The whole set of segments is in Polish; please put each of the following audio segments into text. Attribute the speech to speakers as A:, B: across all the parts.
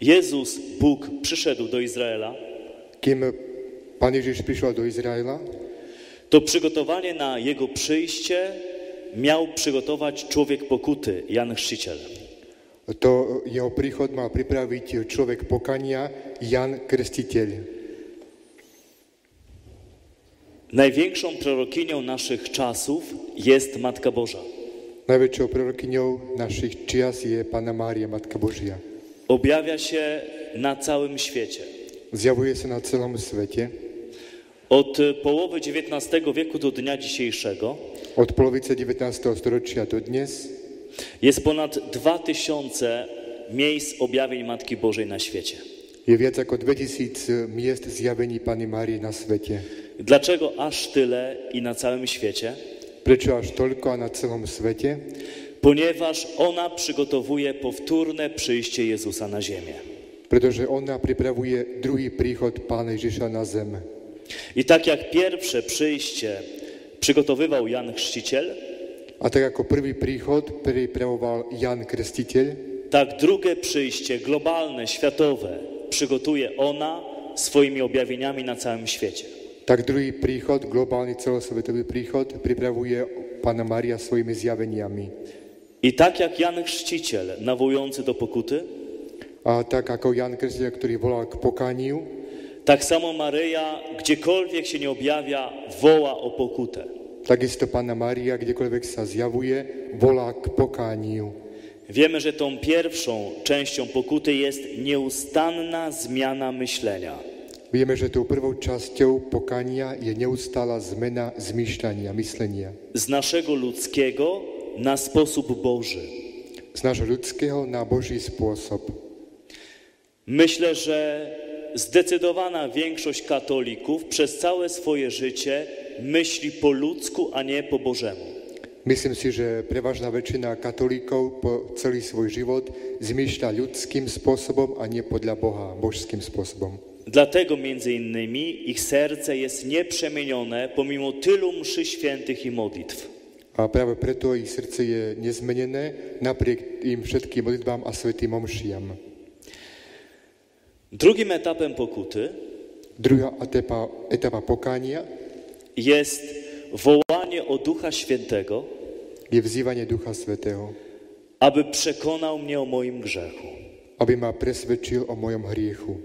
A: Jezus, Bóg, przyszedł do Izraela,
B: Kým Pán Ježiš prišiel do Izraela,
A: to przygotowanie na Jego przyjście miał przygotować człowiek pokuty, Jan Chrzciciel.
B: to jeho príchod mal pripraviť človek pokania Jan Krstiteľ.
A: Największą prorokinią naszych czasów jest Matka Boża.
B: Najväčšou prorokyňou našich čias je Pána Mária, Matka Božia.
A: Objawia się na całym świecie.
B: Zjavuje sa na celom svete.
A: Od połowy XIX wieku do dnia dzisiejszego
B: Od polovice 19. storočia do dnes
A: jest ponad 2000 miejsc objawień Matki Bożej na świecie.
B: je viac ako 2000 miest zjavení Pany Márie na svete.
A: Dlaczego aż tyle i na całym świecie?
B: Prečo až toľko a na celom svete?
A: Ponieważ ona przygotowuje powtórne przyjście Jezusa na ziemię.
B: Pretože ona pripravuje druhý príchod Pána Ježiša na zem.
A: I tak jak pierwsze przyjście przygotowywał Jan Chrzciciel,
B: A tak ako prvý príchod pripravoval Jan Krstiteľ,
A: tak drugie przyjście globalne, światowe przygotuje ona swoimi objawieniami na całym świecie.
B: tak druhý príchod, globálny celosvetový príchod, pripravuje Pána Mária svojimi zjaveniami.
A: I tak jak Jan Chrzciciel nawołujący do pokuty,
B: A tak ako Jan Krstiteľ, ktorý volal k pokániu,
A: tak samo Maryja, gdziekolwiek się nie objawia, woła o pokutę.
B: takisto Pána Mária, kdekoľvek sa zjavuje, volá k pokániu.
A: Wiemy, że tą pierwszą częścią pokuty jest nieustanna zmiana myślenia.
B: Vieme, že tou prvou časťou pokania je neustála zmena zmýšľania, myslenia.
A: Z naszego ludzkiego na sposób Boży.
B: Z nášho ľudského na Boží spôsob.
A: Myślę, że zdecydowana większość katolików przez całe swoje życie myśli po ludzku, a nie po Bożemu.
B: Myslím si, že prevažná väčšina katolíkov po celý svoj život zmýšľa ľudským spôsobom a nie podľa Boha, božským spôsobom.
A: Dlatego między innymi ich serce jest nieprzemienione pomimo tylu mszy świętych i modlitw.
B: A práve preto ich srdce je nezmenené napriek im všetkým modlitbám a svetým omšiam.
A: Drugim etapem pokuty
B: Druhá etapa, etapa pokánia
A: jest wołanie o Ducha Świętego,
B: je vzývanie Ducha Svetého,
A: aby przekonał mnie o moim grzechu.
B: aby ma presvedčil o mojom hriechu.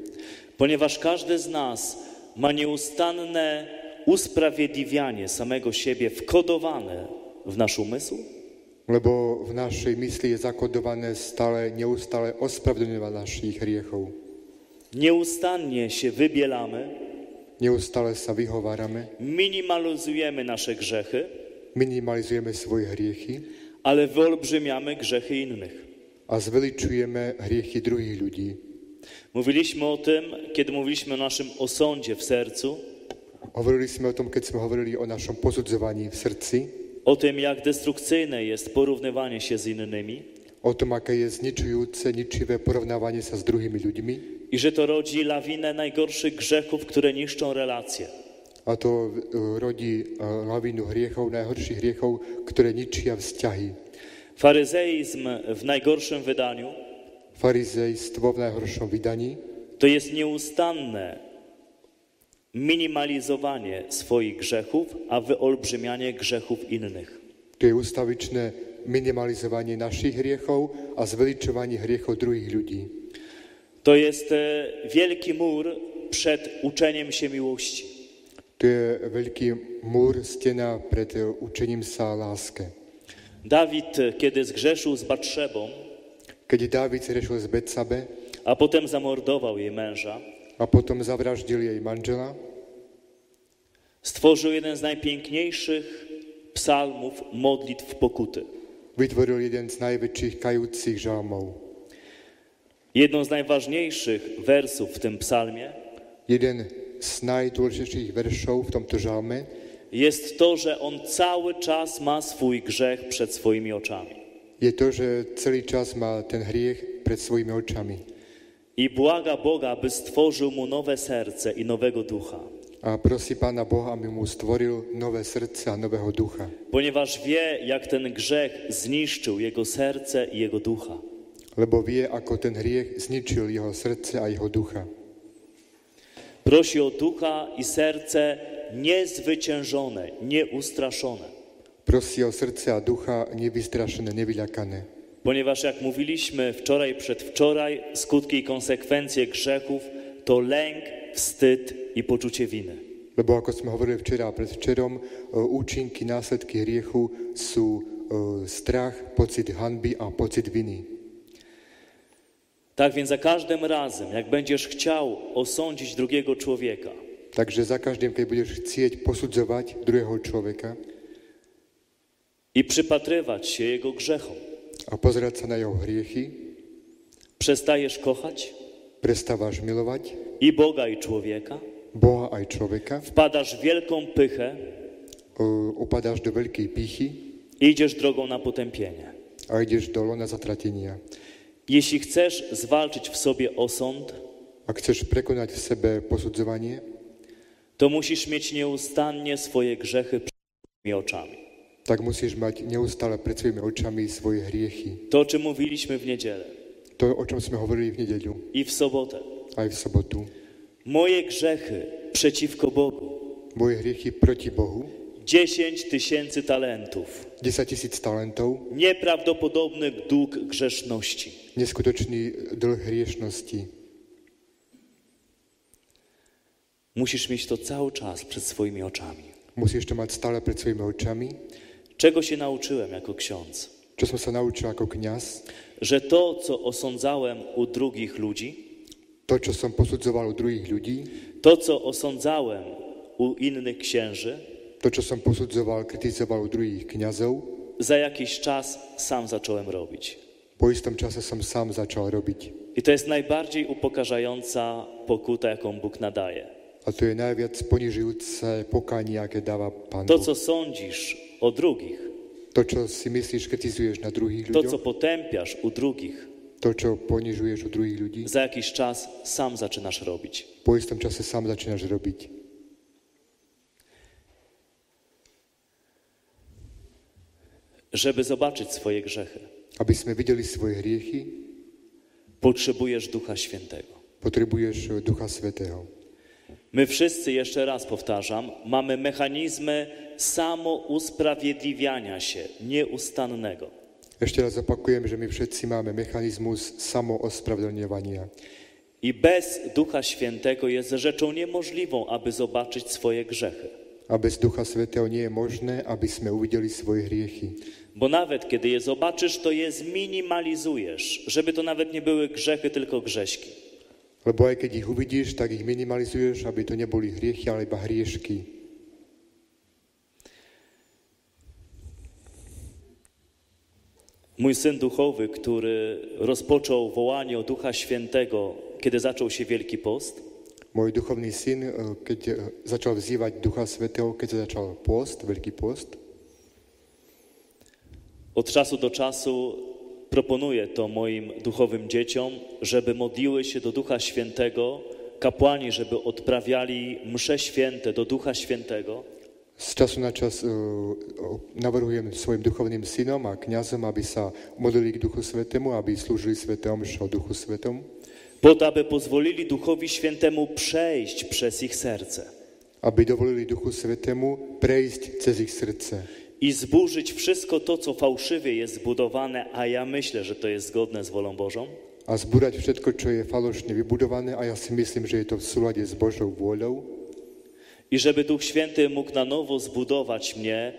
A: Ponieważ każdy z nas ma nieustanne usprawiedliwianie samego siebie wkodowane w nasz umysł,
B: Lebo v našej mysli je zakodované stále, neustále ospravedlňovanie našich hriechov.
A: nieustannie się wybielamy,
B: Neustále sa vyhovárame,
A: minimalizujemy nasze grzechy,
B: minimalizujeme svoje hriechy,
A: ale wyolbrzymiamy grzechy innych.
B: a zveličujeme hriechy druhých ľudí.
A: Mówiliśmy o tym, kiedy mówiliśmy o naszym osądzie w sercu,
B: Hovorili sme o tom, keď sme hovorili o našom posudzovaní v srdci,
A: o tym, jak destrukcyjne jest porównywanie się z innymi
B: o tom, aké je zničujúce, ničivé porovnávanie sa s druhými ľuďmi
A: i że to rodzi lawinę najgorszych grzechów, które niszczą relacje.
B: a to e, rodí e, lavinu hriechov, najhorších hriechov, ktoré ničia vzťahy.
A: Faryzeizm w najgorszym wydaniu
B: Farizejstvo v najhoršom vydaní
A: to jest nieustanne minimalizowanie swoich grzechów, a wyolbrzymianie grzechów innych.
B: to je ustavičné minimalizovanie našich hriechov a zveličovanie hriechov druhých ľudí.
A: To jest e, wielki mur przed uczeniem się miłości.
B: To je veľký múr, stena pred e, učením sa láske.
A: Dawid, e, kiedy zgrzeszył z Batrzebą,
B: Keď Dávid zrešil z Betsabe,
A: a potem zamordował jej męża,
B: a potom zavraždil jej manžela,
A: stworzył jeden z najpiękniejszych psalmów modlitw pokuty.
B: vytvoril jeden z najväčších kajúcich žalmov.
A: Jedną z najważniejszych wersów w tym psalmie
B: Jeden z najdôležitejších veršov v tomto žalme
A: jest to, że on cały czas ma swój grzech przed swoimi oczami
B: je to, že celý čas má ten hriech pred svojimi očami
A: i błaga Boga, aby stworzył mu nowe serce i nowego ducha,
B: a prosí Pána Boha, aby mu stvoril nové srdce a nového ducha.
A: ponieważ wie, jak ten grzech zniszczył jego serce i jego ducha.
B: lebo vie, ako ten hriech zničil jeho srdce a jeho ducha.
A: Prosi o ducha i serce niezwyciężone, nieustraszone.
B: Prosí o srdce a ducha nevystrašené, nevyľakané.
A: Ponieważ jak mówiliśmy wczoraj, przedwczoraj, skutki i konsekwencje grzechów to lęk, wstyd i poczucie winy.
B: Lebo ako sme hovorili včera a predvčerom, e, účinky, následky hriechu sú e, strach, pocit hanby a pocit viny.
A: Tak więc za każdym razem, jak będziesz chciał osądzić drugiego człowieka,
B: Takže za každým, keď budeš chcieť posudzovať druhého človeka
A: i przypatrywać się jego grzechom.
B: a pozerať sa na jeho hriechy,
A: Przestajesz kochać
B: prestávaš milovať
A: i Boga, i człowieka.
B: Boha aj človeka,
A: Wpadasz w wielką pychę
B: e, upadáš do veľkej pýchy
A: i idziesz drogą na potępienie.
B: a ideš do lona zatratenia.
A: Jeśli chcesz zwalczyć w sobie osąd,
B: Ak chceš prekonať v sebe posudzovanie,
A: to musisz mieć nieustannie swoje grzechy przed swoimi oczami.
B: tak musíš mať neustále pred svojimi očami svoje hriechy.
A: To, o czym mówiliśmy w niedzielę
B: To, o čom sme hovorili v nedeľu,
A: i w sobotę.
B: aj v sobotu.
A: Moje grzechy przeciwko Bogu.
B: Moje hriechy proti Bohu,
A: 10 tysięcy talentów.
B: 10 tisíc talentov,
A: Nieprawdopodobny dług grzeszności.
B: neskutočný dlh hriešnosti.
A: Musisz mieć to cały czas przed swoimi oczami.
B: Musíš to mať stále pred svojimi očami.
A: Czego się nauczyłem jako ksiądz?
B: Čo som sa naučil ako kňaz,
A: Że to, co osądzałem u drugich ludzi,
B: to, čo som posudzoval u druhých ľudí,
A: to, co osądzałem u innych księży,
B: to, čo som posudzoval, kritizoval u druhých kňazov,
A: za jakiś czas sam zacząłem robić.
B: po istom čase som sám začal robiť.
A: I to jest najbardziej upokarzająca pokuta, jaką Bóg nadaje.
B: A to je najviac ponižujúce pokanie, aké dáva Pán
A: To,
B: Boh.
A: co sądzisz o drugich,
B: To, čo si myslíš, kritizuješ na druhých
A: to, co
B: ľuďoch,
A: potępiasz u drugich,
B: to, čo ponižuješ u druhých ľudí,
A: za jakiś czas sam zaczynasz robić.
B: po istom čase sám začínaš robiť.
A: Żeby zobaczyć swoje grzechy,
B: Aby sme videli svoje hriechy,
A: potrzebujesz Ducha Świętego.
B: potrebuješ Ducha Svetého.
A: My wszyscy, jeszcze raz powtarzam, mamy mechanizmy samousprawiedliwiania się, nieustannego.
B: Ešte raz opakujem, že my všetci máme mechanizmus samoospravedlňovania.
A: I bez Ducha Świętego jest rzeczą niemożliwą, aby zobaczyć swoje grzechy.
B: A bez Ducha Svetého nie je možné, aby sme uvideli svoje hriechy.
A: Bo nawet kiedy je zobaczysz, to je zminimalizujesz, żeby to nawet nie były grzechy, tylko grześki.
B: Lebo aj keď ich uvidíš, tak ich minimalizuješ, aby to neboli hriechy, ale iba hriešky.
A: Mój syn duchowy, który rozpoczął wołanie o Ducha Świętego, kiedy zaczął się Wielki Post,
B: Môj duchovný syn, e, keď e, začal vzývať Ducha Svetého, keď sa začal post, veľký post,
A: od czasu do czasu proponuję to moim duchowym dzieciom, żeby modliły się do Ducha Świętego, kapłani, żeby odprawiali msze święte do Ducha Świętego,
B: z času na čas e, o, navrhujem svojim duchovným synom a kňazom, aby sa modlili k Duchu Svetému, aby slúžili Svetému, šo Duchu Svetom,
A: po to, aby pozwolili Duchowi Świętemu przejść przez ich serce
B: aby dovolili Duchu Svetému prejsť cez ich srdce
A: i zburzyć wszystko to, co fałszywie jest zbudowane, a ja myślę, że to jest zgodne z wolą Bożą,
B: a zbúrať všetko, čo je falošne vybudované a ja si myslím, že je to v súlade s Božou vôľou
A: i żeby Duch Święty mógł na nowo zbudować mnie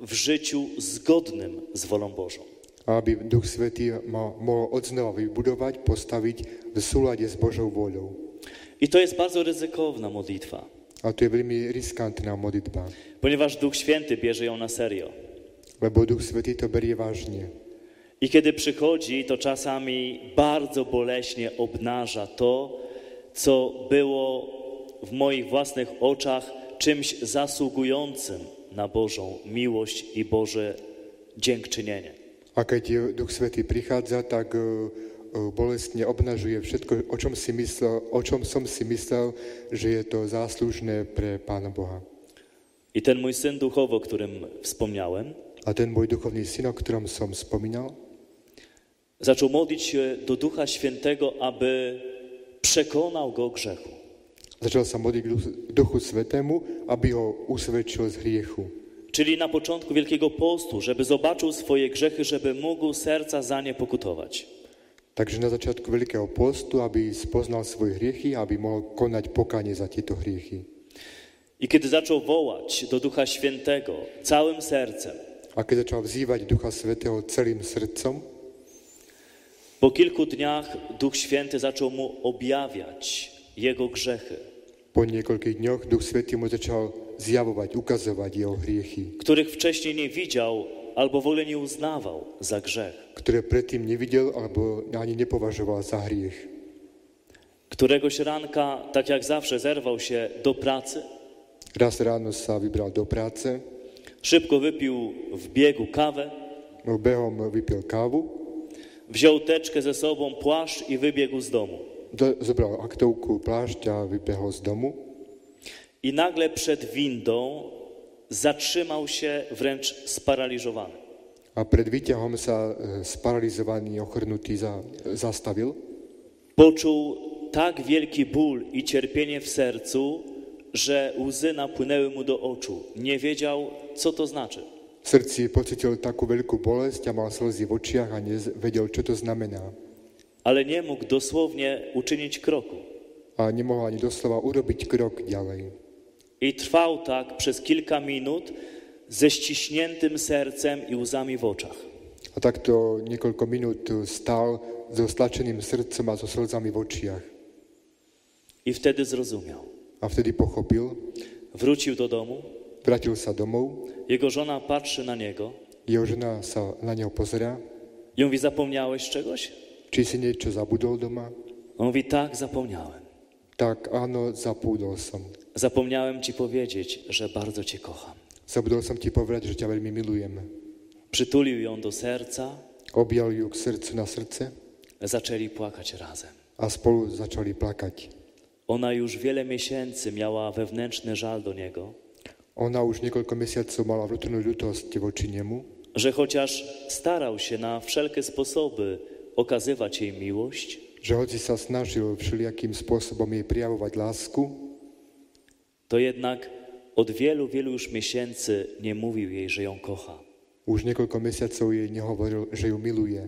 A: w życiu zgodnym z wolą Bożą.
B: a aby Duch Svetý ma mohol odznova vybudovať, postaviť v súlade s Božou vôľou.
A: I to jest bardzo ryzykowna modlitwa.
B: A to je veľmi riskantná modlitba,
A: ponieważ Duch Święty bierze ją na serio.
B: lebo Duch Svetý to berie vážne.
A: I kiedy przychodzi, to czasami bardzo boleśnie obnaża to, co było w moich własnych oczach czymś zasługującym na Bożą miłość i Boże dziękczynienie.
B: A keď je Duch Svetý prichádza, tak e, e, bolestne obnažuje všetko, o čom, si myslel, o čom som si myslel, že je to záslužné pre Pána Boha.
A: I ten mój syn duchowy, o którym wspomniałem,
B: A ten môj duchovný syn, o ktorom som spomínal,
A: Zaczął modlić się do Ducha Świętego, aby przekonał go o grzechu.
B: Začal sa modliť k Duchu- Duchu Svetému, aby ho usvedčil z hriechu.
A: Czyli na początku Wielkiego Postu, żeby zobaczył swoje grzechy, żeby mógł serca za nie pokutować.
B: Takže na začiatku Veľkého postu, aby spoznal svoje hriechy, aby mohol konať pokanie za tieto hriechy.
A: I kiedy zaczął wołać do Ducha Świętego całym sercem,
B: A keď začal vzývať Ducha Svetého celým srdcom,
A: po kilku dniach Duch Święty zaczął mu objawiać jego grzechy,
B: po niekoľkých dňoch Duch Svetý mu začal zjavovať, ukazovať jeho hriechy,
A: których wcześniej nie widział albo w ogóle nie uznawał za grzech,
B: ktoré predtým nevidel alebo ani nepovažoval za hriech.
A: któregoś ranka, tak jak zawsze, zerwał się do pracy,
B: Raz ráno sa vybral do práce,
A: szybko wypił w biegu kawę,
B: no behom vypil kávu,
A: wziął teczkę ze sobą, płaszcz i wybiegł z domu.
B: do- zobral aktovku, plášť a vybehol z domu.
A: I nagle przed windą zatrzymał się wręcz sparaliżowany.
B: A pred výťahom sa e, sparalizovaný, ochrnutý za, zastavil.
A: Poczuł tak wielki ból i cierpienie w sercu, że łzy napłynęły mu do oczu. Nie wiedział, co to znaczy.
B: V srdci pocitil takú veľkú bolesť a mal slzy v očiach a nevedel, čo to znamená.
A: Ale nie mógł dosłownie uczynić kroku.
B: A nemohol ani doslova urobiť krok ďalej.
A: I trwał tak przez kilka minut ze ściśniętym sercem i łzami w oczach.
B: A takto niekoľko minút stál so stlačeným srdcom a so slzami v očiach.
A: I wtedy zrozumiał.
B: A vtedy pochopil,
A: Wrócił do domu,
B: vrátil sa domov,
A: jego żona patrzy na niego
B: jeho žena sa na neho pozerá,
A: i mówi: Zapomniałeś czegoś?
B: či si niečo zabudol doma.
A: On mówi: Tak, zapomniałem.
B: Tak áno, zapúdol som.
A: Zapomniałem ci powiedzieć, że bardzo cię kocham.
B: Zabudol som ti povedať, že ťa veľmi milujem.
A: Przytulił ją do serca,
B: Objal ju k srdcu na srdce
A: zaczęli płakać razem.
B: a spolu začali plakať.
A: Ona już wiele miesięcy miała wewnętrzny żal do niego,
B: Ona už niekoľko mesiacov mala vnútornú ľutosť voči nemu,
A: że chociaż starał się na wszelkie sposoby okazywać jej miłość,
B: že hoci sa snažil všelijakým spôsobom jej prijavovať lásku,
A: to jednak od wielu, wielu już miesięcy nie mówił jej, że ją kocha.
B: už niekoľko mesiacov jej nehovoril, že ju miluje.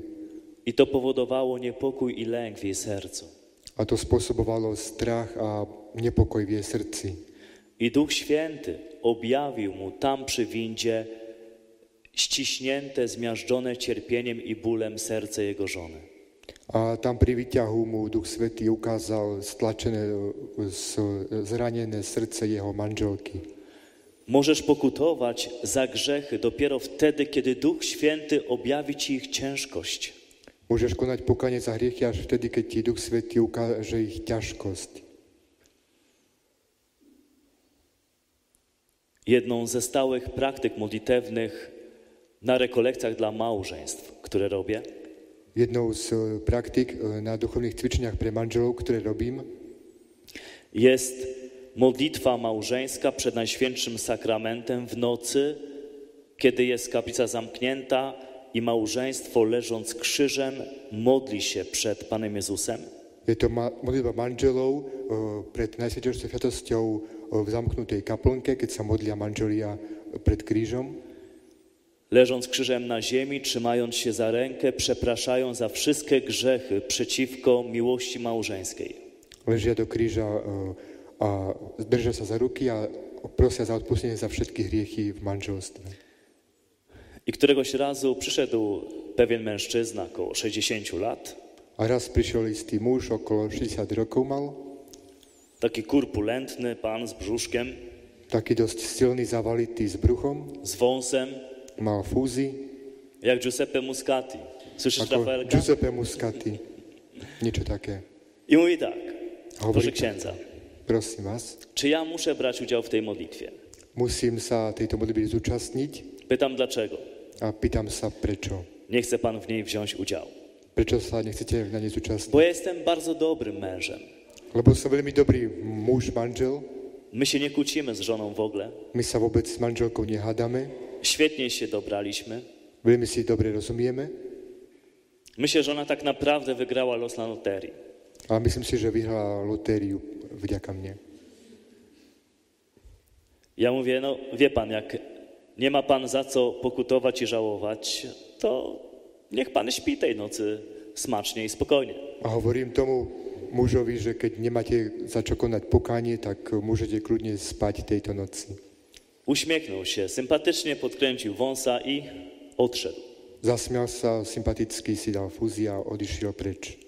A: I to powodowało niepokój i lęk w jej sercu.
B: A to spôsobovalo strach a nepokoj v jej srdci.
A: I Duch Święty objawił mu tam przy windzie ściśnięte, zmiażdżone cierpieniem i bólem serce jego żony.
B: A tam pri výťahu mu Duch Svetý ukázal stlačené, z- zranené srdce jeho manželky.
A: Możesz pokutować za grzechy dopiero wtedy, kiedy Duch Święty objawi ci ich ciężkość.
B: Môžeš konať pokanie za hriechy až vtedy, keď ti Duch Svetý ukáže ich ťažkosť.
A: Jedną ze stałych praktyk modlitewnych na rekolekcjach dla małżeństw, które robię,
B: Jednou z e, praktik e, na duchovných cvičeniach pre manželov, ktoré robím,
A: jest modlitwa małżeńska przed Najświętszym Sakramentem w nocy, kiedy jest kaplica zamknięta i małżeństwo leżąc krzyżem modli się przed Panem Jezusem.
B: je to ma- modlitba manželov e, pred Najsvetejšou sviatosťou e, v zamknutej kaplnke, keď sa modlia manželia eh, pred krížom.
A: Leżąc krzyżem na ziemi, trzymając się za rękę, przepraszają za wszystkie grzechy przeciwko miłości małżeńskiej.
B: Ležia do kríža e, a držia sa za ruky a prosia za odpustenie za všetky hriechy v manželstve.
A: I któregoś razu przyszedł pewien mężczyzna, około 60 lat,
B: A raz prišiel istý muž, okolo 60 rokov mal,
A: taki kurpulentny pan z brzuszkiem,
B: taký dosť silný, zavalitý s bruchom,
A: z wąsem,
B: mal fúzy,
A: jak Giuseppe Muscati. Słyszysz,
B: ako
A: Rafaelka?
B: Tak, Giuseppe Muscati, niečo také.
A: I mówi tak,
B: A
A: proszę
B: mówi-
A: księdza,
B: Prosím vás,
A: czy ja muszę brać udział w tej modlitwie?
B: musím sa tejto modlitby zúčastniť
A: Pytam dlaczego.
B: a pýtam sa prečo.
A: Nie chce pan w niej wziąć udziału.
B: Prečo sa nechcete na nej zúčastniť?
A: Bo ja jestem bardzo dobrym mężem.
B: Lebo som veľmi dobrý muž, manžel.
A: My się nie kłócimy z żoną w ogóle.
B: My sa vôbec s manželkou nehádame.
A: Świetnie się dobraliśmy.
B: Veľmi si dobre rozumieme.
A: Myślę, że ona tak naprawdę wygrała los na loterii.
B: A myslím si, že vyhrala lotériu vďaka mne.
A: Ja mówię, no wie pan, jak nie ma pan za co pokutować i żałować, to niech pan śpi tej nocy smacznie i spokojnie.
B: A hovorím tomu mužovi, že keď nemáte za čo konať pokánie, tak môžete kľudne spať tejto noci.
A: Uśmiechnął się, sympatycznie podkręcił wąsa i odszedł.
B: Zasmial sa, sympaticky si dal fúzia a odišiel preč.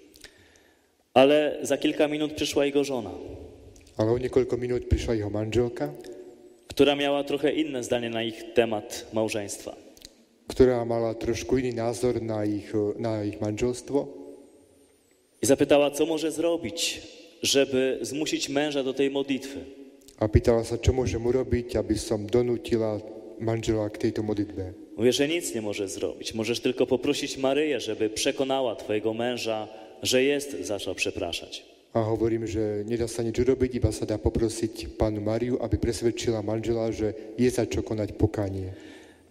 A: Ale za kilka minut przyszła jego żona,
B: Ale o niekoľko minút prišla jeho manželka,
A: która miała trochę inne zdanie na ich temat małżeństwa.
B: ktorá mala trošku iný názor na ich, eh, na ich manželstvo
A: I zapytała, co może zrobić, żeby zmusić męża do tej modlitwy.
B: a pýtala sa, čo môžem urobiť, aby som donútila manžela k tejto modlitbe.
A: Mówię, że nic nie możesz zrobić. Możesz tylko poprosić Maryję, żeby przekonała twojego męża, że jest za co przepraszać.
B: A hovorím, že nedá sa nič urobiť, iba sa dá poprosiť pánu Mariu, aby presvedčila manžela, že je za čo konať pokánie.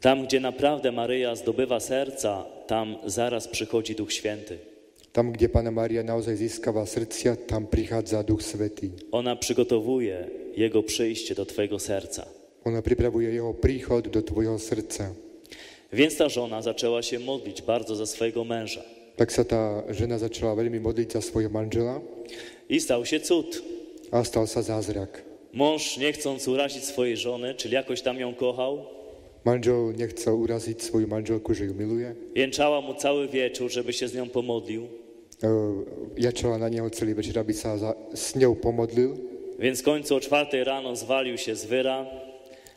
A: Tam, gdzie naprawdę Maryja zdobywa serca, tam zaraz przychodzi Duch Święty.
B: Tam, kde Pána Mária naozaj získava srdcia, tam prichádza Duch Svetý.
A: Ona przygotowuje Jego przyjście do twojego serca.
B: Ona pripravuje jeho príchod do tvojho srdca.
A: Więc ta żona zaczęła się modlić bardzo za swojego męża.
B: Tak sa tá žena začala veľmi modliť za svojho manžela
A: I stał się cud.
B: a stal sa zázrak.
A: Mąż, nie chcąc urazić swojej żony, czyli jakoś tam ją kochał,
B: Manžel nechcel uraziť svoju manželku, že ju miluje. E,
A: jęczała mu cały wieczór, żeby się z nią pomodlił.
B: E, jačala na neho celý večer, aby sa za, s ňou pomodlil.
A: Więc w końcu o czwartej rano zwalił się z wyra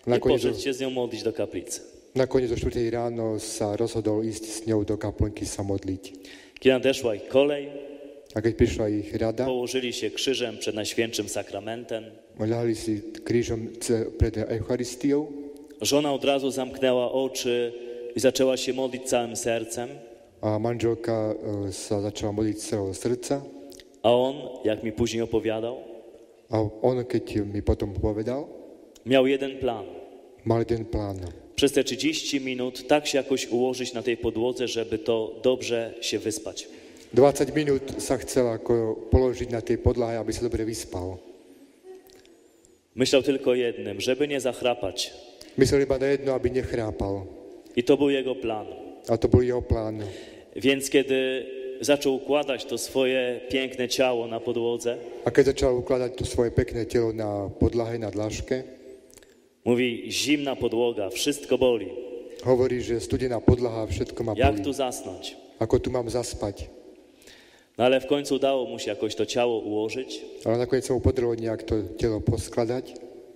A: i
B: Nakoniec,
A: poszedł się z nią modlić do kaplicy.
B: nakoniec o 4 ráno sa rozhodol ísť s ňou do kaplnky sa modliť.
A: Kiedy nadeszła ich kolej,
B: A keď prišla ich rada,
A: położyli się krzyżem przed Najświętszym Sakramentem.
B: ľahli si krížom ce- pred Eucharistiou
A: Żona od razu zamknęła oczy i zaczęła się modlić całym sercem,
B: A manželka e, sa začala modliť z celého srdca
A: a on, jak mi później opowiadał,
B: a on, keď mi potom povedal,
A: miał jeden plan.
B: mal jeden plán.
A: Przez te 30 minut tak się jakoś ułożyć na tej podłodze, żeby to dobrze się wyspać.
B: 20 minút sa chcel ako položiť na tej podlahe, aby sa dobre vyspal.
A: Myślał tylko o jednym, żeby nie zachrapać.
B: Myslel iba na jedno, aby nechrápal.
A: I to był jego plan.
B: A to bol jeho plán.
A: Więc kiedy zaczął układać to swoje piękne ciało na podłodze,
B: A keď začal ukladať to svoje pekné telo na podlahe, na dlažke,
A: mówi: Zimna podłoga, wszystko boli.
B: hovorí, že studená podlaha všetko ma
A: Jak tu
B: bolí.
A: zasnąć?
B: Ako tu mám zaspať.
A: No ale w końcu udało mu się jakoś to ciało ułożyć,
B: Ale nakoniec sa mu podarilo nejak to telo poskladať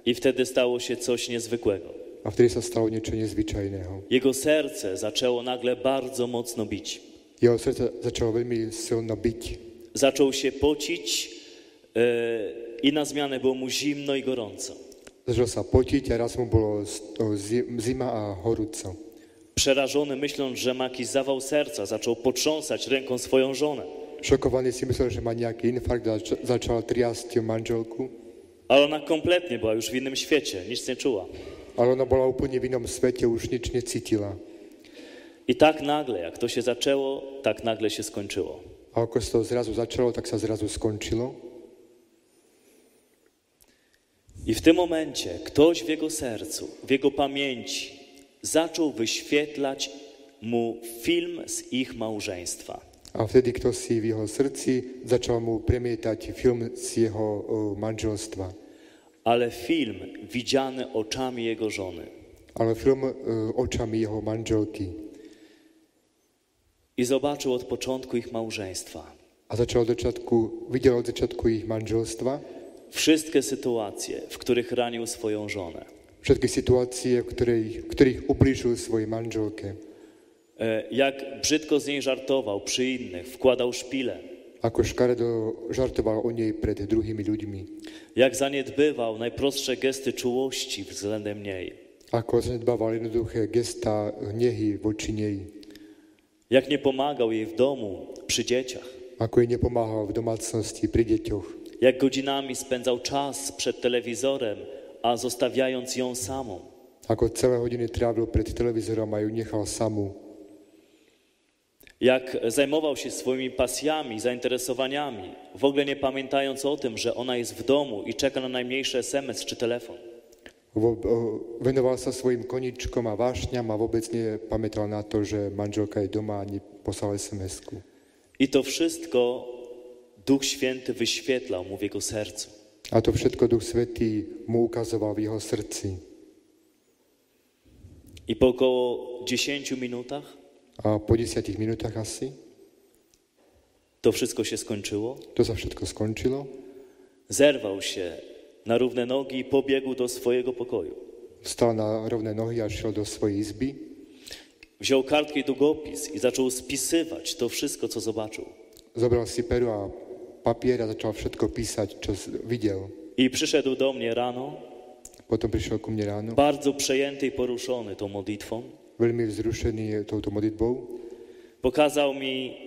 A: i wtedy stało się coś niezwykłego.
B: a vtedy sa stalo niečo nezvyčajného.
A: Jego serce zaczęło nagle bardzo mocno bić.
B: Jeho srdce začalo veľmi silno byť.
A: Zaczął się pocić, yy, i na zmianę było mu zimno i gorąco.
B: Začal sa potiť a raz mu bolo z- o, zi- zima a horúco.
A: Przerażony, myśląc, że ma jakiś zawał serca, zaczął potrząsać ręką swoją żonę.
B: Šokovaný si myslel, že má nejaký infarkt a zač- začal triasť manželku,
A: Ale ona kompletnie była już w innym świecie, nic nie czuła.
B: ale ona bola úplne v inom svete, už nič necítila.
A: I tak nagle, jak to się zaczęło, tak nagle się skończyło.
B: A ako sa to zrazu začalo, tak sa zrazu skončilo.
A: I w tym momencie ktoś w jego sercu, w jego pamięci zaczął wyświetlać mu film z ich małżeństwa.
B: A vtedy kto si v jeho srdci začal mu premietať film z jeho o, manželstva.
A: Ale film widziany oczami jego żony.
B: Ale film e, očami jeho manželky.
A: I zobaczył od początku ich małżeństwa
B: A začal od začiatku, videl od začiatku ich manželstva
A: wszystkie sytuacje, w których ranił swoją żonę.
B: všetky situácie, v ktorých, v ktorých ublížil svojej manželke.
A: E, Jak brzydko z niej żartował przy innych, wkładał szpile.
B: Ako škaredo žartoval o nej pred druhými ľuďmi.
A: Jak zaniedbywał najprostsze gesty czułości względem niej.
B: Ako zanedbával jednoduché gesta hnehy voči nej.
A: Jak nie pomagał jej w domu, przy dzieciach.
B: Ako jej nepomáhal v domácnosti pri deťoch.
A: Jak godzinami spędzał czas przed telewizorem, a zostawiając ją samą.
B: Ako celé hodiny trávil pred televízorom a ju nechal samú.
A: jak zajmował się swoimi pasjami, zainteresowaniami, w ogóle nie pamiętając o tym, że ona jest w domu i czeka na najmniejszy SMS czy telefon.
B: Vo- o, Venoval sa svojim koničkom a vášňam a vôbec nepamätal na to, že manželka je doma ani poslal sms
A: I to wszystko Duch Święty wyświetlał mu w jego sercu.
B: A to všetko Duch Svetý mu ukazoval v jeho srdci.
A: I po około 10 minutach
B: A po desiatich minútach asi
A: to wszystko się skończyło.
B: to sa všetko skončilo.
A: Zerwał się na równe nogi i pobiegł do swojego pokoju.
B: Vstal na rovné nohy a šiel do svojej izby.
A: Wziął kartkę i długopis i zaczął spisywać to wszystko, co zobaczył.
B: Zobral si peru a papier a začal všetko písať, čo s- videl.
A: I przyszedł do mnie rano,
B: Potom prišiel ku mne ráno,
A: bardzo przejęty i poruszony tą modlitwą.
B: veľmi vzrušený touto modlitbou.
A: Pokazał mi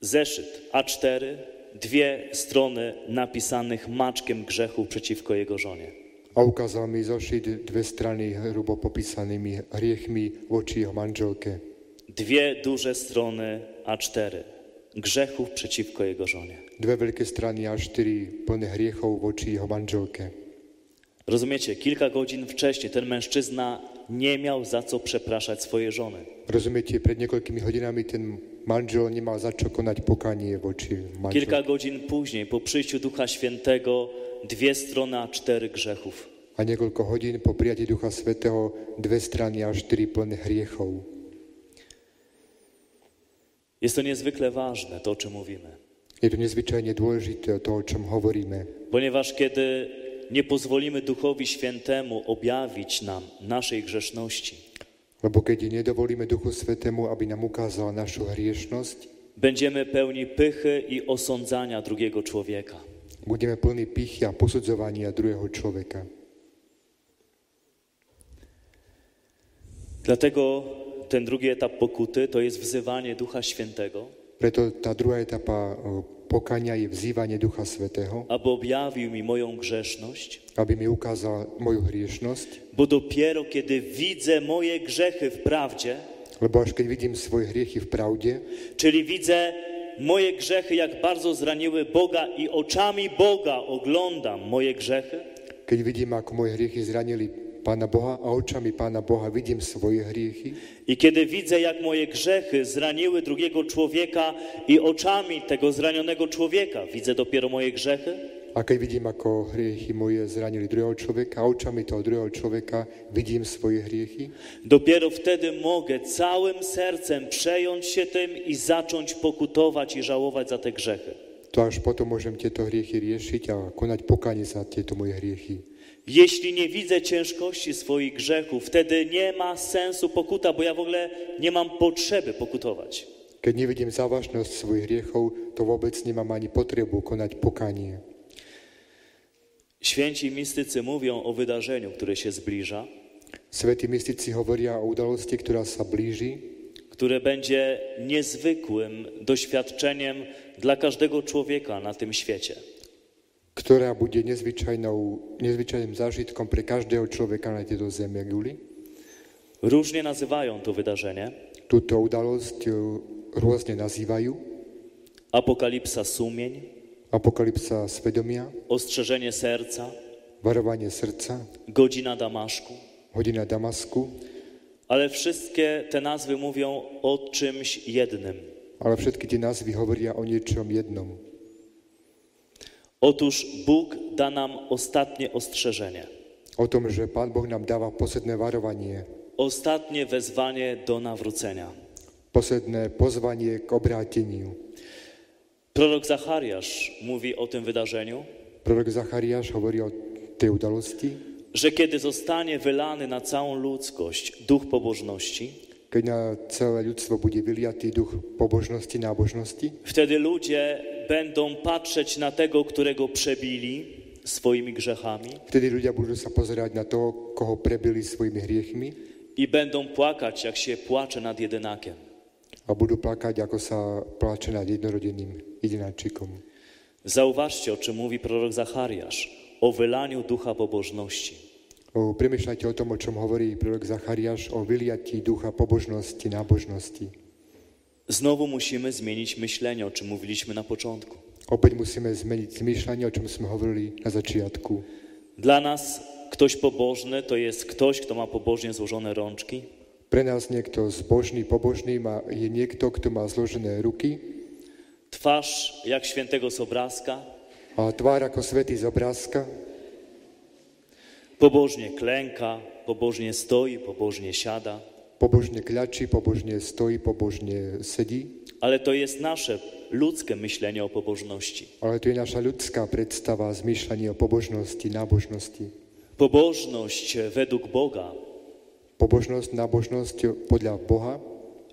A: zeszyt A4, dwie strony napisanych maczkiem grzechu przeciwko jego żonie.
B: A ukázal mi zošit dve strany hrubo popísanými hriechmi voči jeho manželke.
A: Dwie duże strony A4 grzechów przeciwko jego žoně.
B: Dve veľké strany a štyri plné hriechov voči jeho manželke.
A: Rozumiecie, kilka godzin wcześniej ten mężczyzna nie miał za co przepraszać swoje żony.
B: Rozumiete, pred niekoľkými hodinami ten manžel nemal za čo konať pokanie voči
A: Kilka
B: manželke.
A: godzin później, po przyjściu Ducha Świętego, dwie strony A4 grzechów.
B: A niekoľko hodín po prijatí Ducha Svetého dve strany a štyri plné hriechov.
A: Jest to niezwykle ważne, to o czym mówimy.
B: Je to nezvyčajne dôležité to, o čom hovoríme.
A: Ponieważ kiedy nie pozwolimy Duchowi Świętemu objawić nam naszej grzeszności,
B: Lebo keď nedovolíme Duchu Svetému, aby nám ukázal našu hriešnosť,
A: będziemy pełni pychy i osądzania drugiego człowieka.
B: budeme plní pichy a posudzovania druhého človeka.
A: Dlatego ten drugi etap pokuty to jest wzywanie Ducha Świętego,
B: Preto tá druhá etapa o, pokania je vzývanie Ducha Svetého,
A: aby objawił mi moją grzeszność,
B: aby mi ukázal moju hriešnosť,
A: bo dopiero kiedy widzę moje grzechy w prawdzie,
B: lebo až keď vidím svoje hriechy v pravde,
A: czyli widzę moje grzechy, jak bardzo zraniły Boga i oczami Boga oglądam moje grzechy,
B: keď vidím, ako moje hriechy zranili Pána Boha a očami Pána Boha vidím svoje hriechy
A: I kiedy widzę, jak moje grzechy zraniły drugiego człowieka i oczami tego zranionego człowieka widzę dopiero moje grzechy,
B: a keď vidím, ako hriechy moje zranili druhého človeka a očami toho druhého človeka vidím svoje hriechy,
A: dopiero wtedy mogę całym sercem przejąć się tym i zacząć pokutować i żałować za te grzechy.
B: to až potom môžem tieto hriechy riešiť a konať pokanie za tieto moje hriechy.
A: Jeśli nie widzę ciężkości swoich grzechów, wtedy nie ma sensu pokuta, bo ja w ogóle nie mam potrzeby pokutować.
B: Keď nevidím závažnosť svojich hriechov, to vôbec nemám ani potrebu konať pokanie.
A: Święci mistycy mówią o wydarzeniu, które się zbliża,
B: Svetí mystici hovoria o udalosti, ktorá sa blíži,
A: które będzie niezwykłym doświadczeniem dla każdego człowieka na tym świecie.
B: ktorá bude nezvyčajnou, nezvyčajným zážitkom pre každého človeka na tejto zemi guli.
A: Różnie nazywają to wydarzenie
B: Túto udalosť e, rôzne nazývajú
A: apokalipsa sumień,
B: apokalypsa svedomia,
A: ostrzeżenie serca,
B: varovanie srdca,
A: godzina Damaszku,
B: hodina Damasku,
A: ale wszystkie te nazwy mówią o czymś jednym.
B: ale všetky tie názvy hovoria o niečom jednom.
A: Otóż Bóg da nam ostatnie ostrzeżenie,
B: O tom, že Pán Boh nám dáva posledné varovanie,
A: ostatnie wezwanie do nawrócenia.
B: posledné pozvanie k obráteniu.
A: Prorok Zachariasz mówi o tym wydarzeniu,
B: Prorok Zachariáš hovorí o tej udalosti,
A: że kiedy zostanie wylany na całą ludzkość duch pobożności,
B: keď na celé ľudstvo bude vyliatý duch pobožnosti, nábožnosti,
A: wtedy ludzie będą patrzeć na tego, którego przebili swoimi grzechami
B: vtedy ľudia budú sa pozerať na toho, koho prebili svojimi hriechmi
A: i będą płakać, jak się płacze nad jedynakiem.
B: a budú plakať, ako sa pláče nad jednorodeným jedináčikom.
A: Zauważcie, o czym mówi prorok Zachariasz, o wylaniu ducha pobożności.
B: O, Premyšľajte o tom, o čom hovorí prorok Zachariáš, o vyliatí ducha pobožnosti, nábožnosti.
A: Znowu musimy zmienić myślenie, o czym mówiliśmy na początku.
B: Opäť musíme zmeniť zmýšľanie, o čom sme hovorili na začiatku.
A: Dla nas ktoś pobożny to jest ktoś, kto ma pobożnie złożone rączki,
B: Pre nás niekto zbožný, pobožný má, je niekto, kto má zložené ruky
A: twarz jak świętego z obrazka,
B: a tvár ako svetý z obrázka,
A: pobożnie klęka, pobożnie stoi, pobożnie siada,
B: pobožne kľačí, pobožne stojí, pobožne sedí,
A: ale to jest nasze ludzkie myślenie o pobożności.
B: ale to je naša ľudská predstava, zmýšľanie o pobožnosti, nábožnosti.
A: Pobożność według Boga
B: Pobožnosť, nábožnosť podľa Boha,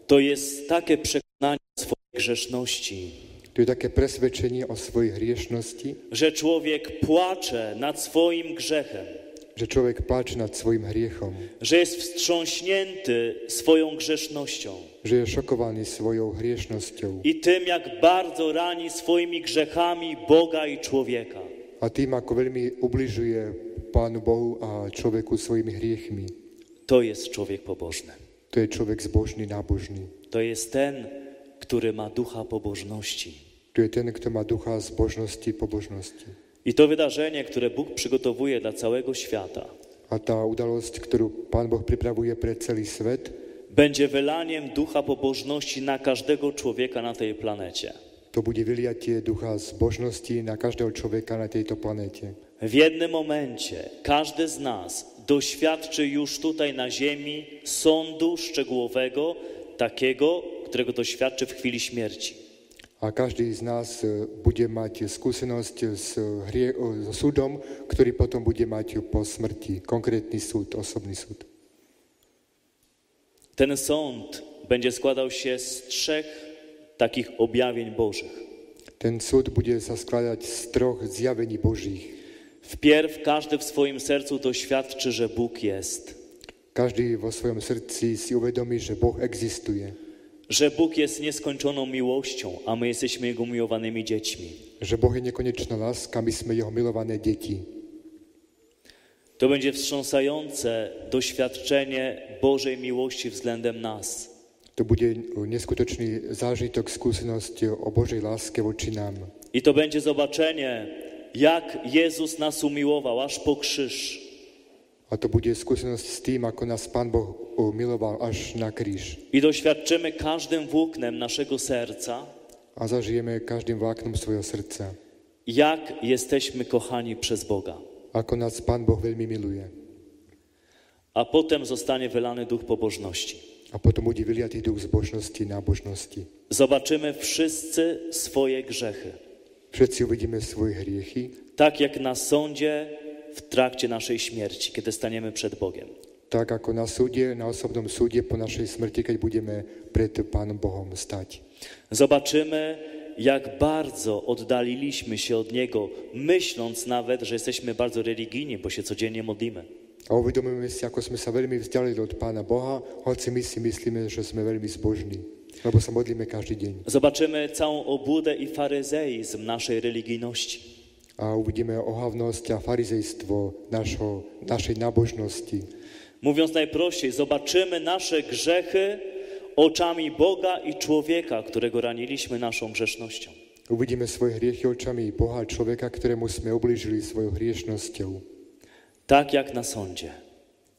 A: to jest takie przekonanie swojej grzeszności,
B: to je také presvedčenie o svojej hriešnosti,
A: że człowiek płacze nad swoim grzechem,
B: že človek pláče nad svojim hriechom,
A: że jest wstrząśnięty swoją grzesznością
B: že je šokovaný svojou hriešnosťou
A: i tym, jak bardzo rani swoimi grzechami Boga i człowieka.
B: a tým, ako veľmi ubližuje Pánu Bohu a človeku svojimi hriechmi.
A: To jest człowiek pobożny.
B: To je človek zbožný, nábožný.
A: To jest ten, który ma ducha pobożności.
B: To je ten, kto má ducha zbožnosti, pobožnosti.
A: I to wydarzenie, które Bóg przygotowuje dla całego świata,
B: A tá udalosť, ktorú Pán Boh pripravuje pre celý svet,
A: będzie wylaniem ducha pobożności na każdego człowieka na tej planecie.
B: to bude vyliatie ducha zbožnosti na každého človeka na tejto planete.
A: W jednym momencie każdy z nas doświadczy już tutaj na Ziemi sądu szczegółowego, takiego, którego doświadczy w chwili śmierci.
B: A každý z nás e, bude mať skúsenosť s, hrie, o, so súdom, ktorý potom bude mať po smrti. Konkrétny súd, osobný súd.
A: Ten sąd będzie składał się z trzech takich objawień Bożych.
B: Ten súd bude sa skladať z troch zjavení Božích.
A: Wpierw każdy w swoim sercu doświadczy, że Bóg jest,
B: Každý vo svojom srdci si uvedomí, že Boh existuje,
A: że Bóg jest nieskończoną miłością, a my jesteśmy Jego miłowanymi dziećmi.
B: že Boh je nekonečná láska, my sme jeho milované deti.
A: To będzie wstrząsające doświadczenie Bożej miłości względem nas.
B: To bude e, neskutočný zážitok, skúsenosť e, o Božej láske voči nám.
A: I to będzie zobaczenie, jak Jezus nas umiłował aż po krzyż.
B: A to bude skúsenosť s tým, ako nás Pán Boh o, miloval až na kríž.
A: I doświadczymy każdym włóknem naszego serca,
B: A zažijeme každým vláknom svojho srdca,
A: jak jesteśmy kochani przez Boga.
B: ako nás Pán Boh veľmi miluje.
A: A potem zostanie wylany duch pobożności.
B: A potom bude vyliatý duch zbožnosti, nábožnosti.
A: Zobaczymy wszyscy swoje grzechy,
B: Všetci uvidíme svoje hriechy,
A: tak jak na sądzie w trakcie naszej śmierci, kiedy staniemy przed Bogiem.
B: tak ako na súde, na osobnom súde po našej smrti, keď budeme pred Pánom Bohom stať.
A: Zobaczymy, jak bardzo oddaliliśmy się od Niego, myśląc nawet, że jesteśmy bardzo religijni, bo się codziennie modlimy.
B: A uvedomujeme si, ako sme sa veľmi vzdialili od Pána Boha, hoci my si myslíme, že sme veľmi zbožní, lebo sa modlíme každý deň.
A: Zobaczymy całą obłudę i faryzeizm naszej religijności.
B: A uvidíme ohavnosť a farizejstvo našo, našej nábožnosti.
A: Mówiąc najprościej, zobaczymy nasze grzechy oczami Boga i człowieka, którego raniliśmy naszą grzesznością.
B: Uvidíme svoje hriechy očami Boha, človeka, ktorému sme ublížili svojou hriešnosťou,
A: Tak jak na sądzie.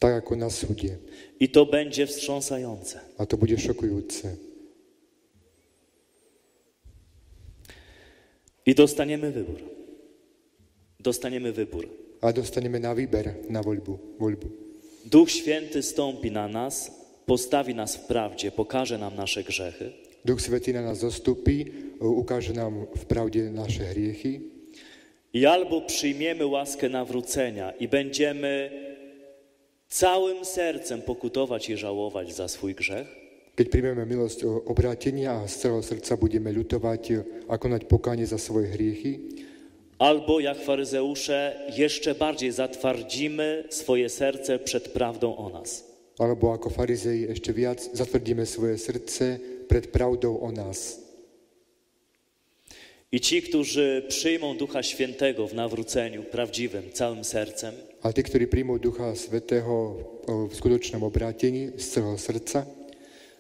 B: tak ako na súde.
A: I to będzie wstrząsające.
B: A to bude šokujúce.
A: I dostaniemy wybór. Dostaniemy wybór.
B: A dostaneme na výber, na voľbu. voľbu.
A: Duch Święty stąpi na nas, postawi nas w prawdzie, pokaże nam nasze grzechy,
B: Duch Svetý na nás zostupí, ukáže nám v pravde naše hriechy,
A: i albo przyjmiemy łaskę nawrócenia i będziemy całym sercem pokutować i żałować za swój grzech,
B: Keď príjmeme milosť o- obrátenia a z celého srdca budeme ľutovať a konať pokánie za svoje hriechy,
A: albo jak faryzeusze jeszcze bardziej zatwardzimy swoje serce przed prawdą o nas.
B: alebo ako farizei ešte viac zatvrdíme svoje srdce pred pravdou o nás.
A: I I ci, którzy przyjmą Ducha Świętego w nawróceniu prawdziwym, całym sercem,
B: A tí, ktorí príjmú Ducha Svetého o, v skutočnom obrátení z celého srdca,